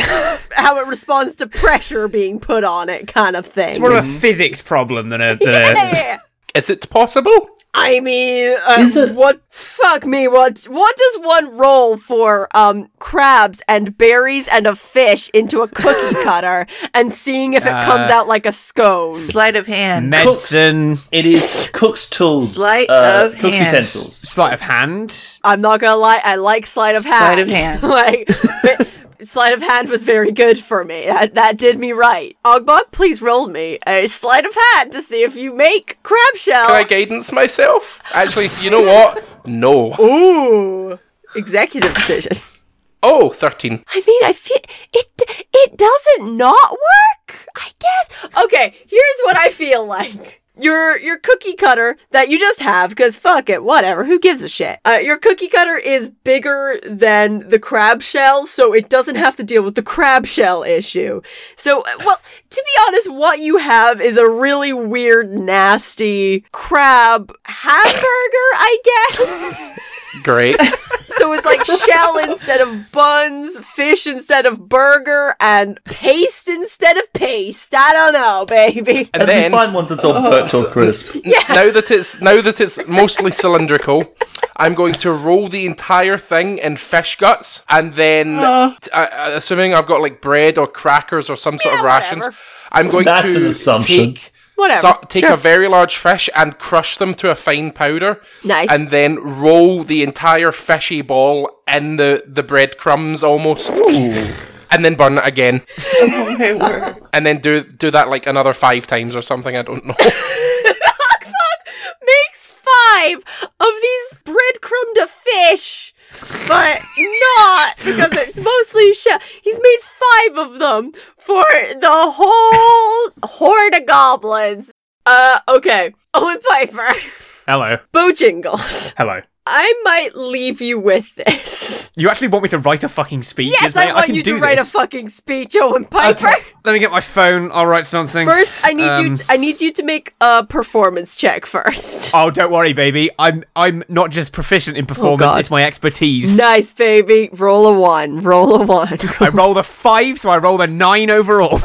[SPEAKER 6] how it responds to pressure being put on it, kind of thing.
[SPEAKER 2] It's more *laughs* of a physics problem than a. Than a
[SPEAKER 6] Yeah.
[SPEAKER 5] Is it possible?
[SPEAKER 6] I mean, uh,
[SPEAKER 3] Is it-
[SPEAKER 6] what? Fuck me! What? What does one roll for? Um, crabs and berries and a fish into
[SPEAKER 2] *laughs*
[SPEAKER 6] a cookie cutter and seeing if it comes
[SPEAKER 2] Uh,
[SPEAKER 6] out like a scone.
[SPEAKER 4] Sleight of hand.
[SPEAKER 2] *laughs* medicine,
[SPEAKER 3] It is cook's tools.
[SPEAKER 4] Sleight
[SPEAKER 3] uh,
[SPEAKER 4] of
[SPEAKER 3] cook's
[SPEAKER 4] hand.
[SPEAKER 3] utensils.
[SPEAKER 2] sleight of hand.
[SPEAKER 6] I'm not gonna lie, I like sleight of hand.
[SPEAKER 4] Sleight of hand.
[SPEAKER 6] *laughs* like,
[SPEAKER 4] *laughs*
[SPEAKER 6] but sleight of hand was very good for me. That, that did me right. Ogbog, please roll me a sleight of hand to see if you make crab shell.
[SPEAKER 5] Can I guidance myself? Actually, you know what?
[SPEAKER 6] Oh.
[SPEAKER 5] No.
[SPEAKER 6] Ooh, executive decision.
[SPEAKER 5] Oh, 13.
[SPEAKER 6] I mean, I feel it. It doesn't not work. I guess. Okay, here's what I feel like. Your your cookie cutter that you just have, because fuck it, whatever. Who gives a shit? Uh, your cookie cutter is bigger than the crab shell, so it doesn't have to deal with the crab shell issue. So, uh, well, to be honest, what you have is a really weird, nasty crab hamburger, I guess. *laughs*
[SPEAKER 5] Great.
[SPEAKER 6] So it's like shell instead of buns, fish instead of burger, and paste instead of paste. I don't know, baby.
[SPEAKER 5] And
[SPEAKER 3] It'll be
[SPEAKER 5] then
[SPEAKER 3] fine once it's all burnt
[SPEAKER 2] Oh.
[SPEAKER 3] or crisp.
[SPEAKER 5] now that it's now that it's mostly cylindrical, I'm going to roll the entire thing in fish guts, and then
[SPEAKER 6] Oh.
[SPEAKER 5] t- uh, assuming I've got like bread or crackers or some sort of rations,
[SPEAKER 6] whatever.
[SPEAKER 5] I'm going
[SPEAKER 3] That's
[SPEAKER 5] to
[SPEAKER 3] an assumption.
[SPEAKER 5] take.
[SPEAKER 6] Whatever.
[SPEAKER 5] so- take a very large fish and crush them to a fine powder.
[SPEAKER 6] Nice.
[SPEAKER 5] And then roll the entire fishy ball in the, the breadcrumbs almost. And then burn it again.
[SPEAKER 4] My
[SPEAKER 6] *laughs*
[SPEAKER 4] word.
[SPEAKER 5] And then do do that like another five times or something. I don't know.
[SPEAKER 6] Makes five of these breadcrumbed to fish, but not because it's mostly shell. He's made five of them for the whole horde of goblins. Uh, okay. Owen *laughs* Piper,
[SPEAKER 2] Hello,
[SPEAKER 6] Bo Jingles.
[SPEAKER 2] hello.
[SPEAKER 6] I might leave you with this.
[SPEAKER 2] You actually want me to write a fucking speech?
[SPEAKER 6] Yes,
[SPEAKER 2] mate?
[SPEAKER 6] I want
[SPEAKER 2] can
[SPEAKER 6] you to
[SPEAKER 2] do
[SPEAKER 6] write a
[SPEAKER 2] this.
[SPEAKER 6] fucking speech, Owen Piper.
[SPEAKER 2] Let me get my phone. I'll write something.
[SPEAKER 6] First, I need you.
[SPEAKER 2] Um,
[SPEAKER 6] T- I need you to make a performance
[SPEAKER 2] *laughs*
[SPEAKER 6] check first.
[SPEAKER 2] Oh, don't worry, baby. I'm I'm not just proficient in performance;
[SPEAKER 6] God.
[SPEAKER 2] it's my expertise.
[SPEAKER 6] Nice, baby. Roll a one. Roll
[SPEAKER 2] *laughs*
[SPEAKER 6] a one.
[SPEAKER 2] I roll the five, so I roll the nine *laughs* overall.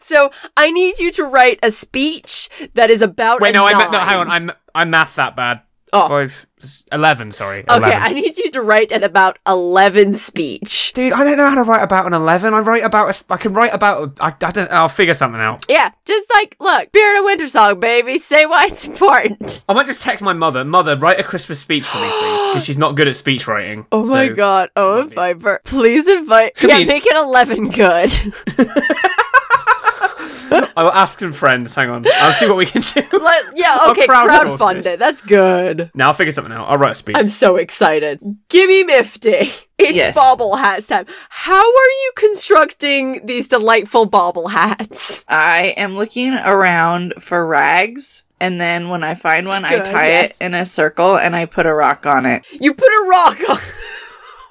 [SPEAKER 6] so I need you to write a speech that is about.
[SPEAKER 2] Wait,
[SPEAKER 6] a
[SPEAKER 2] no, I
[SPEAKER 6] nine.
[SPEAKER 2] ma- no, hang on. I'm I'm math that bad.
[SPEAKER 6] Oh.
[SPEAKER 2] Five, s- eleven. Sorry,
[SPEAKER 6] okay,
[SPEAKER 2] eleven.
[SPEAKER 6] I need you to write an about eleven speech.
[SPEAKER 2] Dude, I don't know how to write about an eleven. I write about a s I can write about. a- I, I don't. I'll figure something out.
[SPEAKER 6] Yeah, just like look, Beard of Winter Song, baby. Say why it's important.
[SPEAKER 2] I might just text my mother. Mother, write a Christmas speech for me, please, *gasps* because she's not good at speech writing.
[SPEAKER 6] Oh my
[SPEAKER 2] So-
[SPEAKER 6] god, Owen Piper. Please invite.
[SPEAKER 2] Should
[SPEAKER 6] yeah,
[SPEAKER 2] we-
[SPEAKER 6] make it eleven. Good. *laughs*
[SPEAKER 2] I'll ask some friends. Hang on. I'll see what we can *laughs* do.
[SPEAKER 6] Let- yeah. Okay.
[SPEAKER 2] crowdsource
[SPEAKER 6] Crowdfund
[SPEAKER 2] this.
[SPEAKER 6] it. That's good.
[SPEAKER 2] now I'll figure something out. I'll write a speech.
[SPEAKER 6] I'm so excited. Gimme Mifty. It's
[SPEAKER 4] Yes.
[SPEAKER 6] bobble hats time. How are you constructing these delightful bobble hats?
[SPEAKER 4] I am looking around for rags, and then when I find one, I
[SPEAKER 6] Good,
[SPEAKER 4] tie
[SPEAKER 6] yes.
[SPEAKER 4] it in a circle and I put a rock on it.
[SPEAKER 6] You put a rock on. *laughs*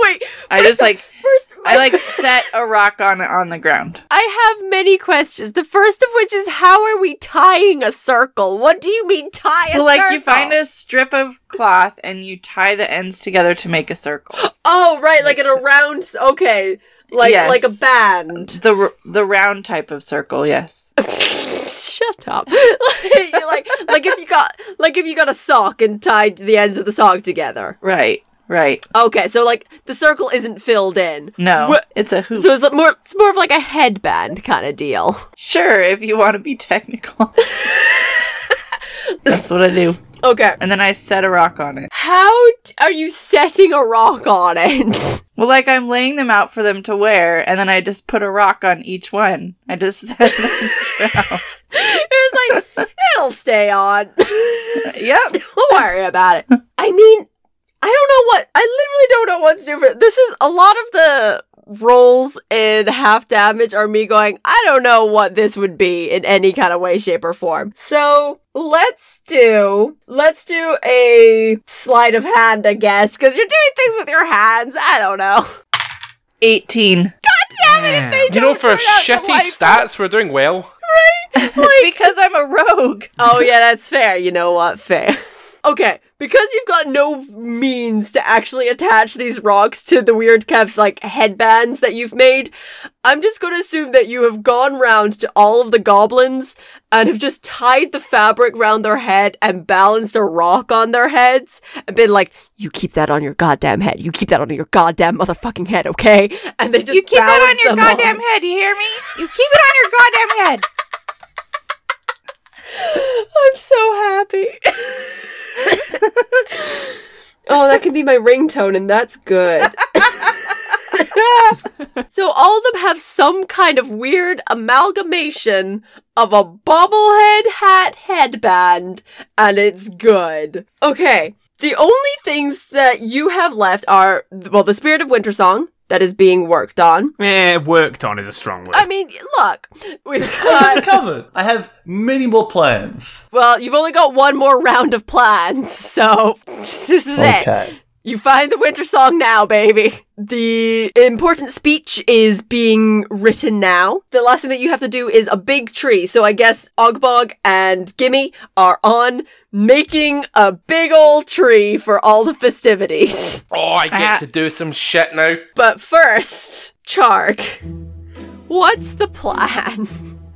[SPEAKER 6] Wait,
[SPEAKER 4] I just like
[SPEAKER 6] first,
[SPEAKER 4] I like set a rock on on the ground.
[SPEAKER 6] *laughs* I have many questions. The first of which is how are we tying a circle? What do you mean tie a
[SPEAKER 4] Well, like you
[SPEAKER 6] circle?
[SPEAKER 4] find a strip of cloth and you tie the ends together to make a circle.
[SPEAKER 6] *gasps* Oh, right, like an around. s- Okay, like
[SPEAKER 4] Yes.
[SPEAKER 6] like a band. *laughs*
[SPEAKER 4] The r- the round type of circle, yes.
[SPEAKER 6] Shut up. *laughs* You're like like if you got like if you got a sock and tied the ends of the sock together.
[SPEAKER 4] Right, right.
[SPEAKER 6] Okay, so like the circle isn't filled in.
[SPEAKER 4] No,
[SPEAKER 6] What-
[SPEAKER 4] it's a hoop.
[SPEAKER 6] So it's like more it's more of like a headband kind of deal.
[SPEAKER 4] sure, if you want to be
[SPEAKER 6] *laughs*
[SPEAKER 4] technical. That's what I do.
[SPEAKER 6] Okay.
[SPEAKER 4] And then I set a rock on it.
[SPEAKER 6] How d- are you setting a rock on it? *laughs*
[SPEAKER 4] Well, like I'm laying them out for them to wear, and then I just put a rock on each one. I just *laughs* set them down.
[SPEAKER 6] it was like it'll stay on. *laughs*
[SPEAKER 4] Yep.
[SPEAKER 6] Don't worry about it. I mean, I don't know what. I literally don't know what to do for this. Is a lot of the roles in half damage are me going. I don't know what this would be in any kind of way, shape, or form. So let's do let's do a sleight of hand, I guess, because you're doing things with your hands. I don't know. *laughs*
[SPEAKER 4] 18.
[SPEAKER 2] Yeah.
[SPEAKER 5] You know, for
[SPEAKER 6] turn out
[SPEAKER 5] shitty
[SPEAKER 6] delightful.
[SPEAKER 5] stats, we're doing well.
[SPEAKER 4] It's because I'm a rogue.
[SPEAKER 6] Oh yeah, that's fair. You know what? Fair. *laughs* Okay, because you've got no means to actually attach these rocks to the weird kind of like headbands that you've made, I'm just going to assume that you have gone round to all of the goblins and have just tied the fabric round their head and balanced a rock on their heads and been like, "You keep that on your goddamn head. You keep that on your goddamn motherfucking head, okay?" And they just
[SPEAKER 4] You keep that
[SPEAKER 6] balance
[SPEAKER 4] on your
[SPEAKER 6] them
[SPEAKER 4] goddamn head, you hear me? You keep it on your goddamn
[SPEAKER 6] *laughs*
[SPEAKER 4] head.
[SPEAKER 6] I'm so happy. oh, that can be my ringtone, and that's good. *laughs* so all of them have some kind of weird amalgamation of a bobblehead hat headband, and it's good. Okay. The only things that you have left are well, the spirit of winter song that is being worked on.
[SPEAKER 2] Eh, worked on is a strong word.
[SPEAKER 6] I mean, look, we've
[SPEAKER 3] *laughs*
[SPEAKER 6] got
[SPEAKER 3] covered. I have many more plans.
[SPEAKER 6] Well, you've only got one more round of plans, *laughs* so this is it. You find the winter song now, baby. The important speech is being written now. The last thing that you have to do is a big tree. So I guess Ogbog and Gimme are on making a big old tree for all the festivities. *laughs*
[SPEAKER 5] Oh, I get
[SPEAKER 6] Uh-huh.
[SPEAKER 4] ha-
[SPEAKER 5] to do some shit now.
[SPEAKER 6] But first, Chark, what's the plan?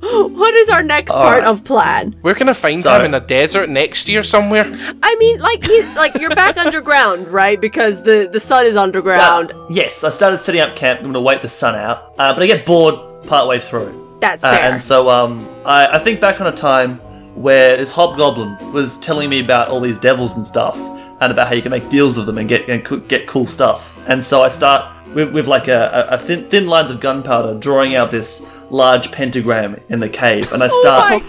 [SPEAKER 6] *laughs* what is our next part
[SPEAKER 3] right.
[SPEAKER 6] of plan?
[SPEAKER 5] We're gonna find
[SPEAKER 3] Sorry.
[SPEAKER 5] him in a desert next year somewhere.
[SPEAKER 6] I mean, like he, like you're back underground, right? Because the the sun is underground.
[SPEAKER 3] Uh, yes, I started setting up camp. I'm going to wait the sun out, uh, but I get bored partway through.
[SPEAKER 6] That's
[SPEAKER 3] Uh,
[SPEAKER 6] fair.
[SPEAKER 3] and so um, I, I think back on a time where this hobgoblin was telling me about all these devils and stuff, and about how you can make deals with them and get and coo- get cool stuff. And so I start with, with like a, a a thin, thin lines of gunpowder, drawing out this large pentagram in the cave, and I
[SPEAKER 6] Oh
[SPEAKER 3] start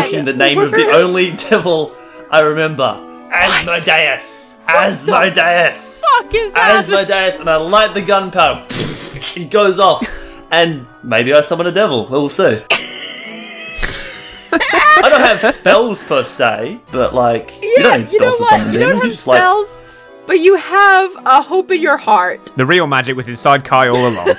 [SPEAKER 3] invoking the name of
[SPEAKER 6] *laughs*
[SPEAKER 3] the only devil I remember, Asmodeus. Asmodeus.
[SPEAKER 6] Fuck is
[SPEAKER 3] As
[SPEAKER 6] happening?
[SPEAKER 3] my dice, and I light the gunpowder. it goes off, and maybe I summon a devil. We'll see. I don't have spells per se, but like you don't need
[SPEAKER 6] you know
[SPEAKER 3] spells to
[SPEAKER 6] what?
[SPEAKER 3] summon
[SPEAKER 6] You
[SPEAKER 3] demons.
[SPEAKER 6] don't
[SPEAKER 3] you
[SPEAKER 6] have
[SPEAKER 3] just like
[SPEAKER 6] spells, but you have a hope in your heart.
[SPEAKER 2] the real magic was inside Kai all *laughs* along.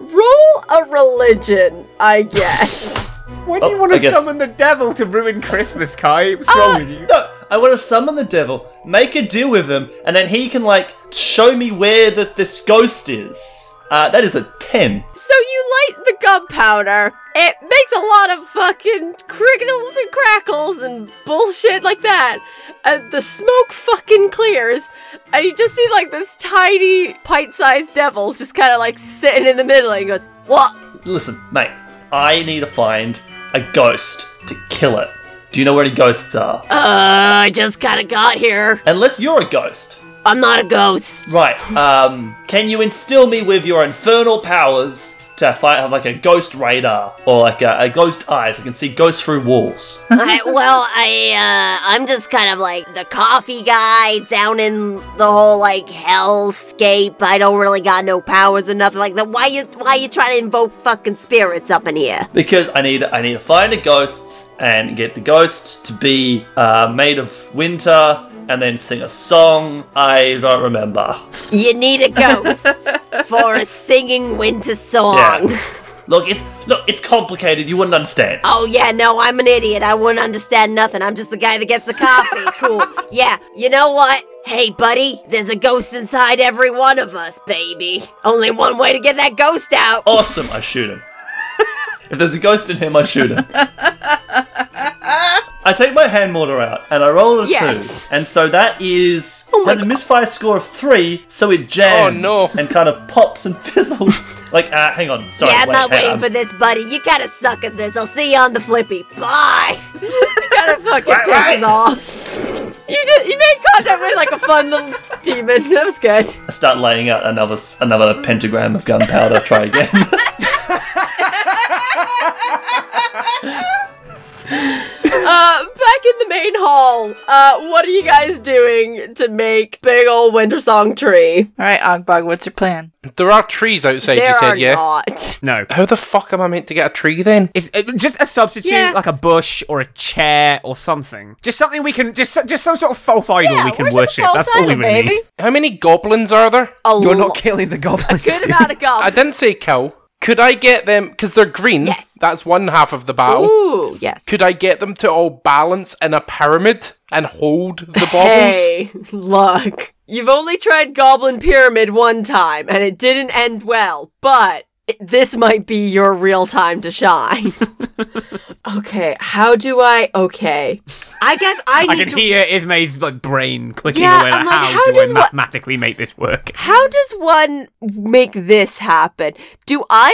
[SPEAKER 6] Roll a religion, I guess. Ah!
[SPEAKER 2] Why
[SPEAKER 3] do you Oh, wanna I guess- summon
[SPEAKER 2] the devil to ruin Christmas, Kai? What's wrong with you?
[SPEAKER 3] no. I want to summon the devil, make a deal with him, and then he can like show me where the, this ghost is. Uh, that is a ten.
[SPEAKER 6] so you light the gunpowder. It makes a lot of fucking crickles and crackles and bullshit like that. And the smoke fucking clears, and you just see like this tiny pint-sized devil just kind of like sitting in the middle, and he goes, "What?"
[SPEAKER 3] Listen, mate, I need to find a ghost to kill it. Do you know where any ghosts are?
[SPEAKER 6] Uh, I just kind of got here.
[SPEAKER 3] Unless you're a ghost.
[SPEAKER 6] I'm not a ghost. *laughs*
[SPEAKER 3] Right. Um, can you instill me with your infernal powers to fight have like a ghost radar or like a, a ghost eyes? I can see ghosts through walls.
[SPEAKER 7] I, well, I uh, I'm just kind of like the coffee guy down in the whole like hellscape. I don't really got no powers or nothing like that. Why you why you trying to invoke fucking spirits up in here?
[SPEAKER 3] because I need I need to find the ghosts and get the ghost to be uh, made of winter and then sing a song. I don't remember.
[SPEAKER 7] You need a ghost for a singing winter song.
[SPEAKER 3] Yeah. Look, it's look, it's complicated. You wouldn't understand.
[SPEAKER 7] Oh yeah, no, I'm an idiot. I wouldn't understand nothing. I'm just the guy that gets the
[SPEAKER 3] *laughs*
[SPEAKER 7] coffee. cool. Yeah. You know what? Hey, buddy, there's a ghost inside every one of us, baby. Only one way to get that ghost out.
[SPEAKER 3] Awesome. I shoot him. if there's a ghost in him, I shoot him. I take my hand mortar out and I roll a
[SPEAKER 6] Yes.
[SPEAKER 3] two, and so that is there's a misfire score of three, so it jams
[SPEAKER 5] no.
[SPEAKER 3] and kind of pops and *laughs* fizzles. like, uh, hang on, sorry,
[SPEAKER 7] yeah, I'm
[SPEAKER 3] wait,
[SPEAKER 7] not
[SPEAKER 3] hang
[SPEAKER 7] waiting
[SPEAKER 3] on.
[SPEAKER 7] for this, buddy. You gotta suck at this. I'll see you on the flippy. Bye.
[SPEAKER 6] Kind of fucking pisses off. You did. You made contact with like a fun little demon. That was good.
[SPEAKER 3] I start laying out another s- another pentagram of gunpowder. Try again.
[SPEAKER 6] Uh, back in the main hall. Uh, what are you guys doing to make big old winter song tree?
[SPEAKER 4] All right, Ogbog, what's your plan?
[SPEAKER 5] There are trees
[SPEAKER 2] Oh,
[SPEAKER 5] outside,
[SPEAKER 6] there
[SPEAKER 5] you
[SPEAKER 6] are
[SPEAKER 5] said, yeah?
[SPEAKER 6] not.
[SPEAKER 2] No.
[SPEAKER 5] How the fuck am I meant to get a tree then?
[SPEAKER 2] It's uh, just a substitute,
[SPEAKER 6] Yeah.
[SPEAKER 2] like a bush or a chair or something. Just something we can, just just some sort of false idol we can worship. That's all we would need.
[SPEAKER 5] How many goblins are there?
[SPEAKER 6] A
[SPEAKER 2] You're
[SPEAKER 6] lo-
[SPEAKER 2] not killing the goblins.
[SPEAKER 6] good
[SPEAKER 2] dude.
[SPEAKER 6] amount
[SPEAKER 2] *laughs*
[SPEAKER 6] of
[SPEAKER 5] I
[SPEAKER 6] goblins.
[SPEAKER 5] didn't say cow. Could I get them because they're green?
[SPEAKER 6] Yes.
[SPEAKER 5] That's one half of the battle.
[SPEAKER 6] Ooh, yes.
[SPEAKER 5] Could I get them to all balance in a pyramid and hold
[SPEAKER 6] *laughs*
[SPEAKER 5] the baubles?
[SPEAKER 6] Hey, look. You've only tried Goblin Pyramid one time, and it didn't end well, but it- this might be your real time
[SPEAKER 2] *laughs*
[SPEAKER 6] to shine. okay, how do I. Okay. I guess I
[SPEAKER 2] I
[SPEAKER 6] need
[SPEAKER 2] can
[SPEAKER 6] to.
[SPEAKER 2] hear Ismay's like brain clicking
[SPEAKER 6] Yeah,
[SPEAKER 2] away. Like,
[SPEAKER 6] I'm like,
[SPEAKER 2] how,
[SPEAKER 6] how
[SPEAKER 2] do I
[SPEAKER 6] does what-
[SPEAKER 2] mathematically make this work?
[SPEAKER 6] How does one make this happen? Do I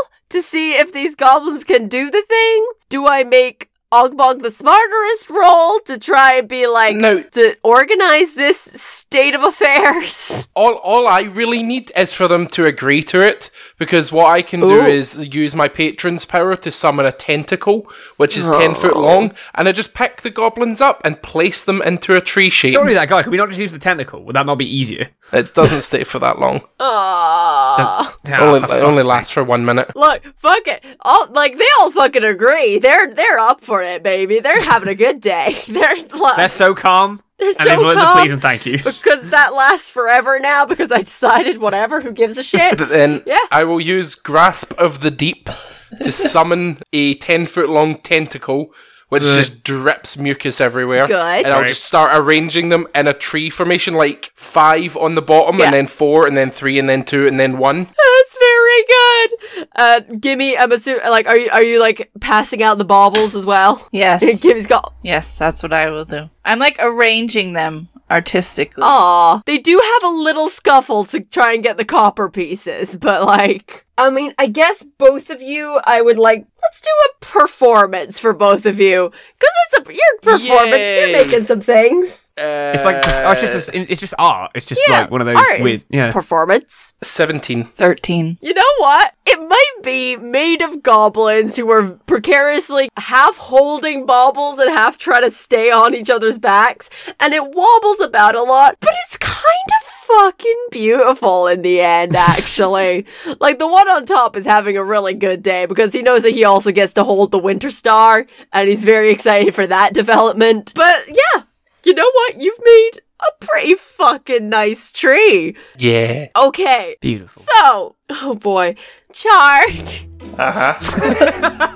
[SPEAKER 6] roll to see if these goblins can do the thing? Do I make Ogbog the smarterest roll to try and be like
[SPEAKER 5] No.
[SPEAKER 6] to organize this state of affairs? *laughs*
[SPEAKER 5] All, all I really need is for them to agree to it, because what I can do
[SPEAKER 6] Ooh.
[SPEAKER 5] is use my patron's power to summon a tentacle, which is 10 foot
[SPEAKER 2] Oh.
[SPEAKER 5] long, and I just pick the goblins up and place them into a tree shape.
[SPEAKER 2] Don't be that guy. Can we not just use the tentacle? Would that not be easier?
[SPEAKER 5] It doesn't stay for that long.
[SPEAKER 6] Aww.
[SPEAKER 2] *laughs* Ah,
[SPEAKER 5] only,
[SPEAKER 2] for
[SPEAKER 5] it only
[SPEAKER 2] fuck's
[SPEAKER 5] lasts for one minute.
[SPEAKER 6] Look, fuck it. All like they all fucking agree. They're they're up for it, baby. They're having a good day. *laughs* They're look,
[SPEAKER 2] sake. They're so calm.
[SPEAKER 6] they're
[SPEAKER 2] and they've
[SPEAKER 6] so
[SPEAKER 2] learned to please
[SPEAKER 6] calm
[SPEAKER 2] and thank you.
[SPEAKER 6] because that lasts forever now. Because I decided, whatever. Who gives
[SPEAKER 5] *laughs*
[SPEAKER 6] a shit?
[SPEAKER 5] But then
[SPEAKER 6] *laughs* Yeah.
[SPEAKER 5] I will use Grasp of the Deep
[SPEAKER 6] *laughs*
[SPEAKER 5] to summon a 10 foot long tentacle, which just drips mucus everywhere.
[SPEAKER 6] Good.
[SPEAKER 5] And I'll
[SPEAKER 2] Right.
[SPEAKER 5] just start arranging them in a tree formation, like five on the bottom,
[SPEAKER 6] Yeah.
[SPEAKER 5] and then four, and then three, and then two, and then one.
[SPEAKER 6] That's very good. Uh, Gimme, I'm assuming, like, are you are you like passing out the baubles as well? *laughs*
[SPEAKER 4] Yes.
[SPEAKER 6] Gimmy's got.
[SPEAKER 4] yes, that's what I will do. I'm like arranging them artistically.
[SPEAKER 6] Oh. Aw, they do have a little scuffle to try and get the copper pieces, but like, I mean, I guess both of you, I would like. Let's do a performance for both of you, cause it's a you're performing,
[SPEAKER 5] Yay.
[SPEAKER 6] you're making some things.
[SPEAKER 5] Uh,
[SPEAKER 2] It's like oh, it's just it's just art. It's just
[SPEAKER 6] Yeah,
[SPEAKER 2] like one of those
[SPEAKER 6] art is
[SPEAKER 2] weird. Yeah.
[SPEAKER 6] Performance.
[SPEAKER 5] 17.
[SPEAKER 4] 13.
[SPEAKER 6] You know what? It might be made of goblins who are precariously half holding baubles and half trying to stay on each other's backs, and it wobbles about a lot, but it's kind of fucking beautiful in the end, actually. like, the one on top is having a really good day because he knows that he also gets to hold the Winter Star, and he's very excited for that development. But yeah, you know what? You've made a pretty fucking nice tree.
[SPEAKER 5] Yeah.
[SPEAKER 6] Okay,
[SPEAKER 2] Beautiful.
[SPEAKER 6] so, oh boy, Chark,
[SPEAKER 3] uh huh.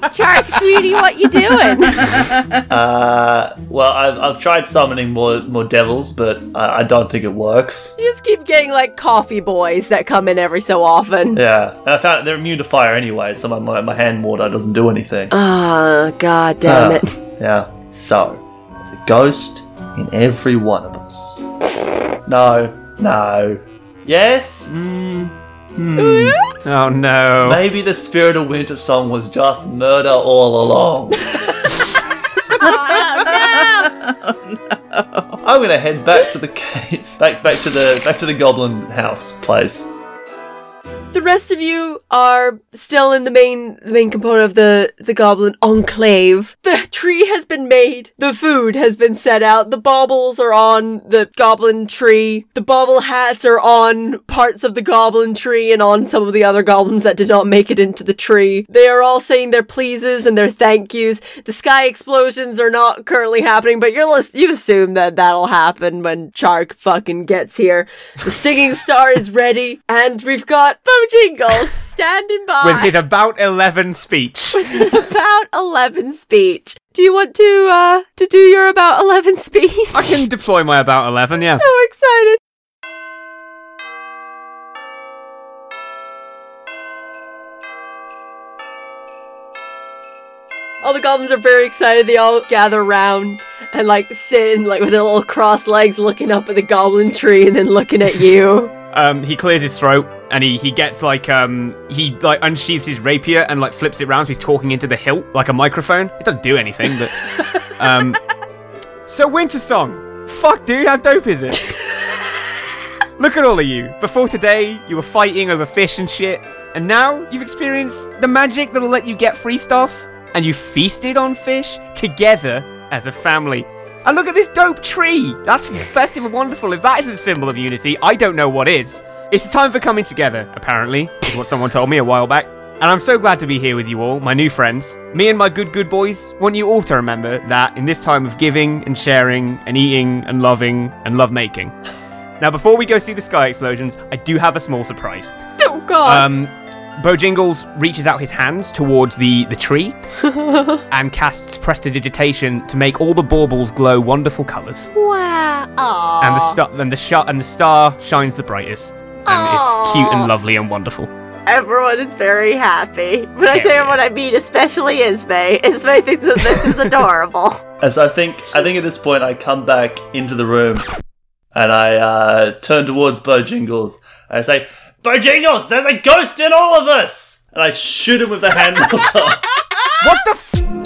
[SPEAKER 6] Chark, sweetie, what you doing?
[SPEAKER 3] *laughs* Uh, well, I've, I've tried summoning more more devils, but I, I don't think it works.
[SPEAKER 6] You just keep getting like coffee boys that come in every
[SPEAKER 3] *laughs*
[SPEAKER 6] so often. *laughs*
[SPEAKER 3] Yeah, and I found they're immune to fire anyway, so my, my, my hand mortar doesn't do anything.
[SPEAKER 1] Oh,
[SPEAKER 6] Ah, god
[SPEAKER 3] Ah, Yeah. So, there's a ghost in every one of us. no. No. Yes? Mm. Hmm.
[SPEAKER 2] Oh no.
[SPEAKER 3] Maybe the spirit of Winter Song was just murder all along. I'm gonna head back to the cave, back back to the back to the goblin house place.
[SPEAKER 6] the rest of you are still in the main the main component of the the goblin enclave. The tree has been made. The food has been set out. The baubles are on the goblin tree. The bauble hats are on parts of the goblin tree and on some of the other goblins that did not make it into the tree. They are all saying their pleases and their thank yous. The sky explosions are not currently happening, but you're lis- you assume that that'll happen when Chark fucking gets here. The singing *laughs* star is ready, and we've got Bojangles standing by
[SPEAKER 2] With his about 11 speech.
[SPEAKER 6] about 11 speech. Do you want to uh to do your about 11 speech?
[SPEAKER 2] I can deploy my about 11, yeah.
[SPEAKER 6] so excited. All the goblins are very excited. They all gather round and like sit and like with their little cross legs looking up at the goblin tree and then looking at
[SPEAKER 2] *laughs*
[SPEAKER 6] you.
[SPEAKER 2] Um, he clears his throat and he, he gets like um he like unsheathes his rapier and like flips it round so he's talking into the hilt like a microphone. It doesn't do anything, but
[SPEAKER 6] *laughs*
[SPEAKER 2] um. So Winter Song, fuck dude, how dope is it? Look at all of you. Before today, you were fighting over fish and shit, and now you've experienced the magic that'll let you get free stuff, and you feasted on fish together as a family. And look at this dope tree! That's festive and wonderful. If that isn't a symbol of unity, I don't know what is. It's time for coming together, apparently, is what someone told me a while back. And I'm so glad to be here with you all, my new friends. Me and my good, good boys want you all to remember that in this time of giving and sharing and eating and loving and lovemaking. Now, before we go see the sky explosions, I do have a small surprise.
[SPEAKER 6] Oh god.
[SPEAKER 2] Um, Bojingles reaches out his hands towards the, the tree and casts prestidigitation to make all the baubles glow wonderful colours.
[SPEAKER 7] Wow. Aw.
[SPEAKER 2] And the star and the shot and the star shines the brightest. And it's cute and lovely and wonderful.
[SPEAKER 6] Everyone is very happy. When I say everyone, I mean especially Ismay. Ismay thinks that
[SPEAKER 2] *laughs*
[SPEAKER 6] this is adorable.
[SPEAKER 3] As I think, I think at this point I come back into the room, and I uh, turn towards Bojingles. I say, "Bojingles, *laughs* there's a ghost in all of us!" And I shoot him with the hand.
[SPEAKER 2] What the f-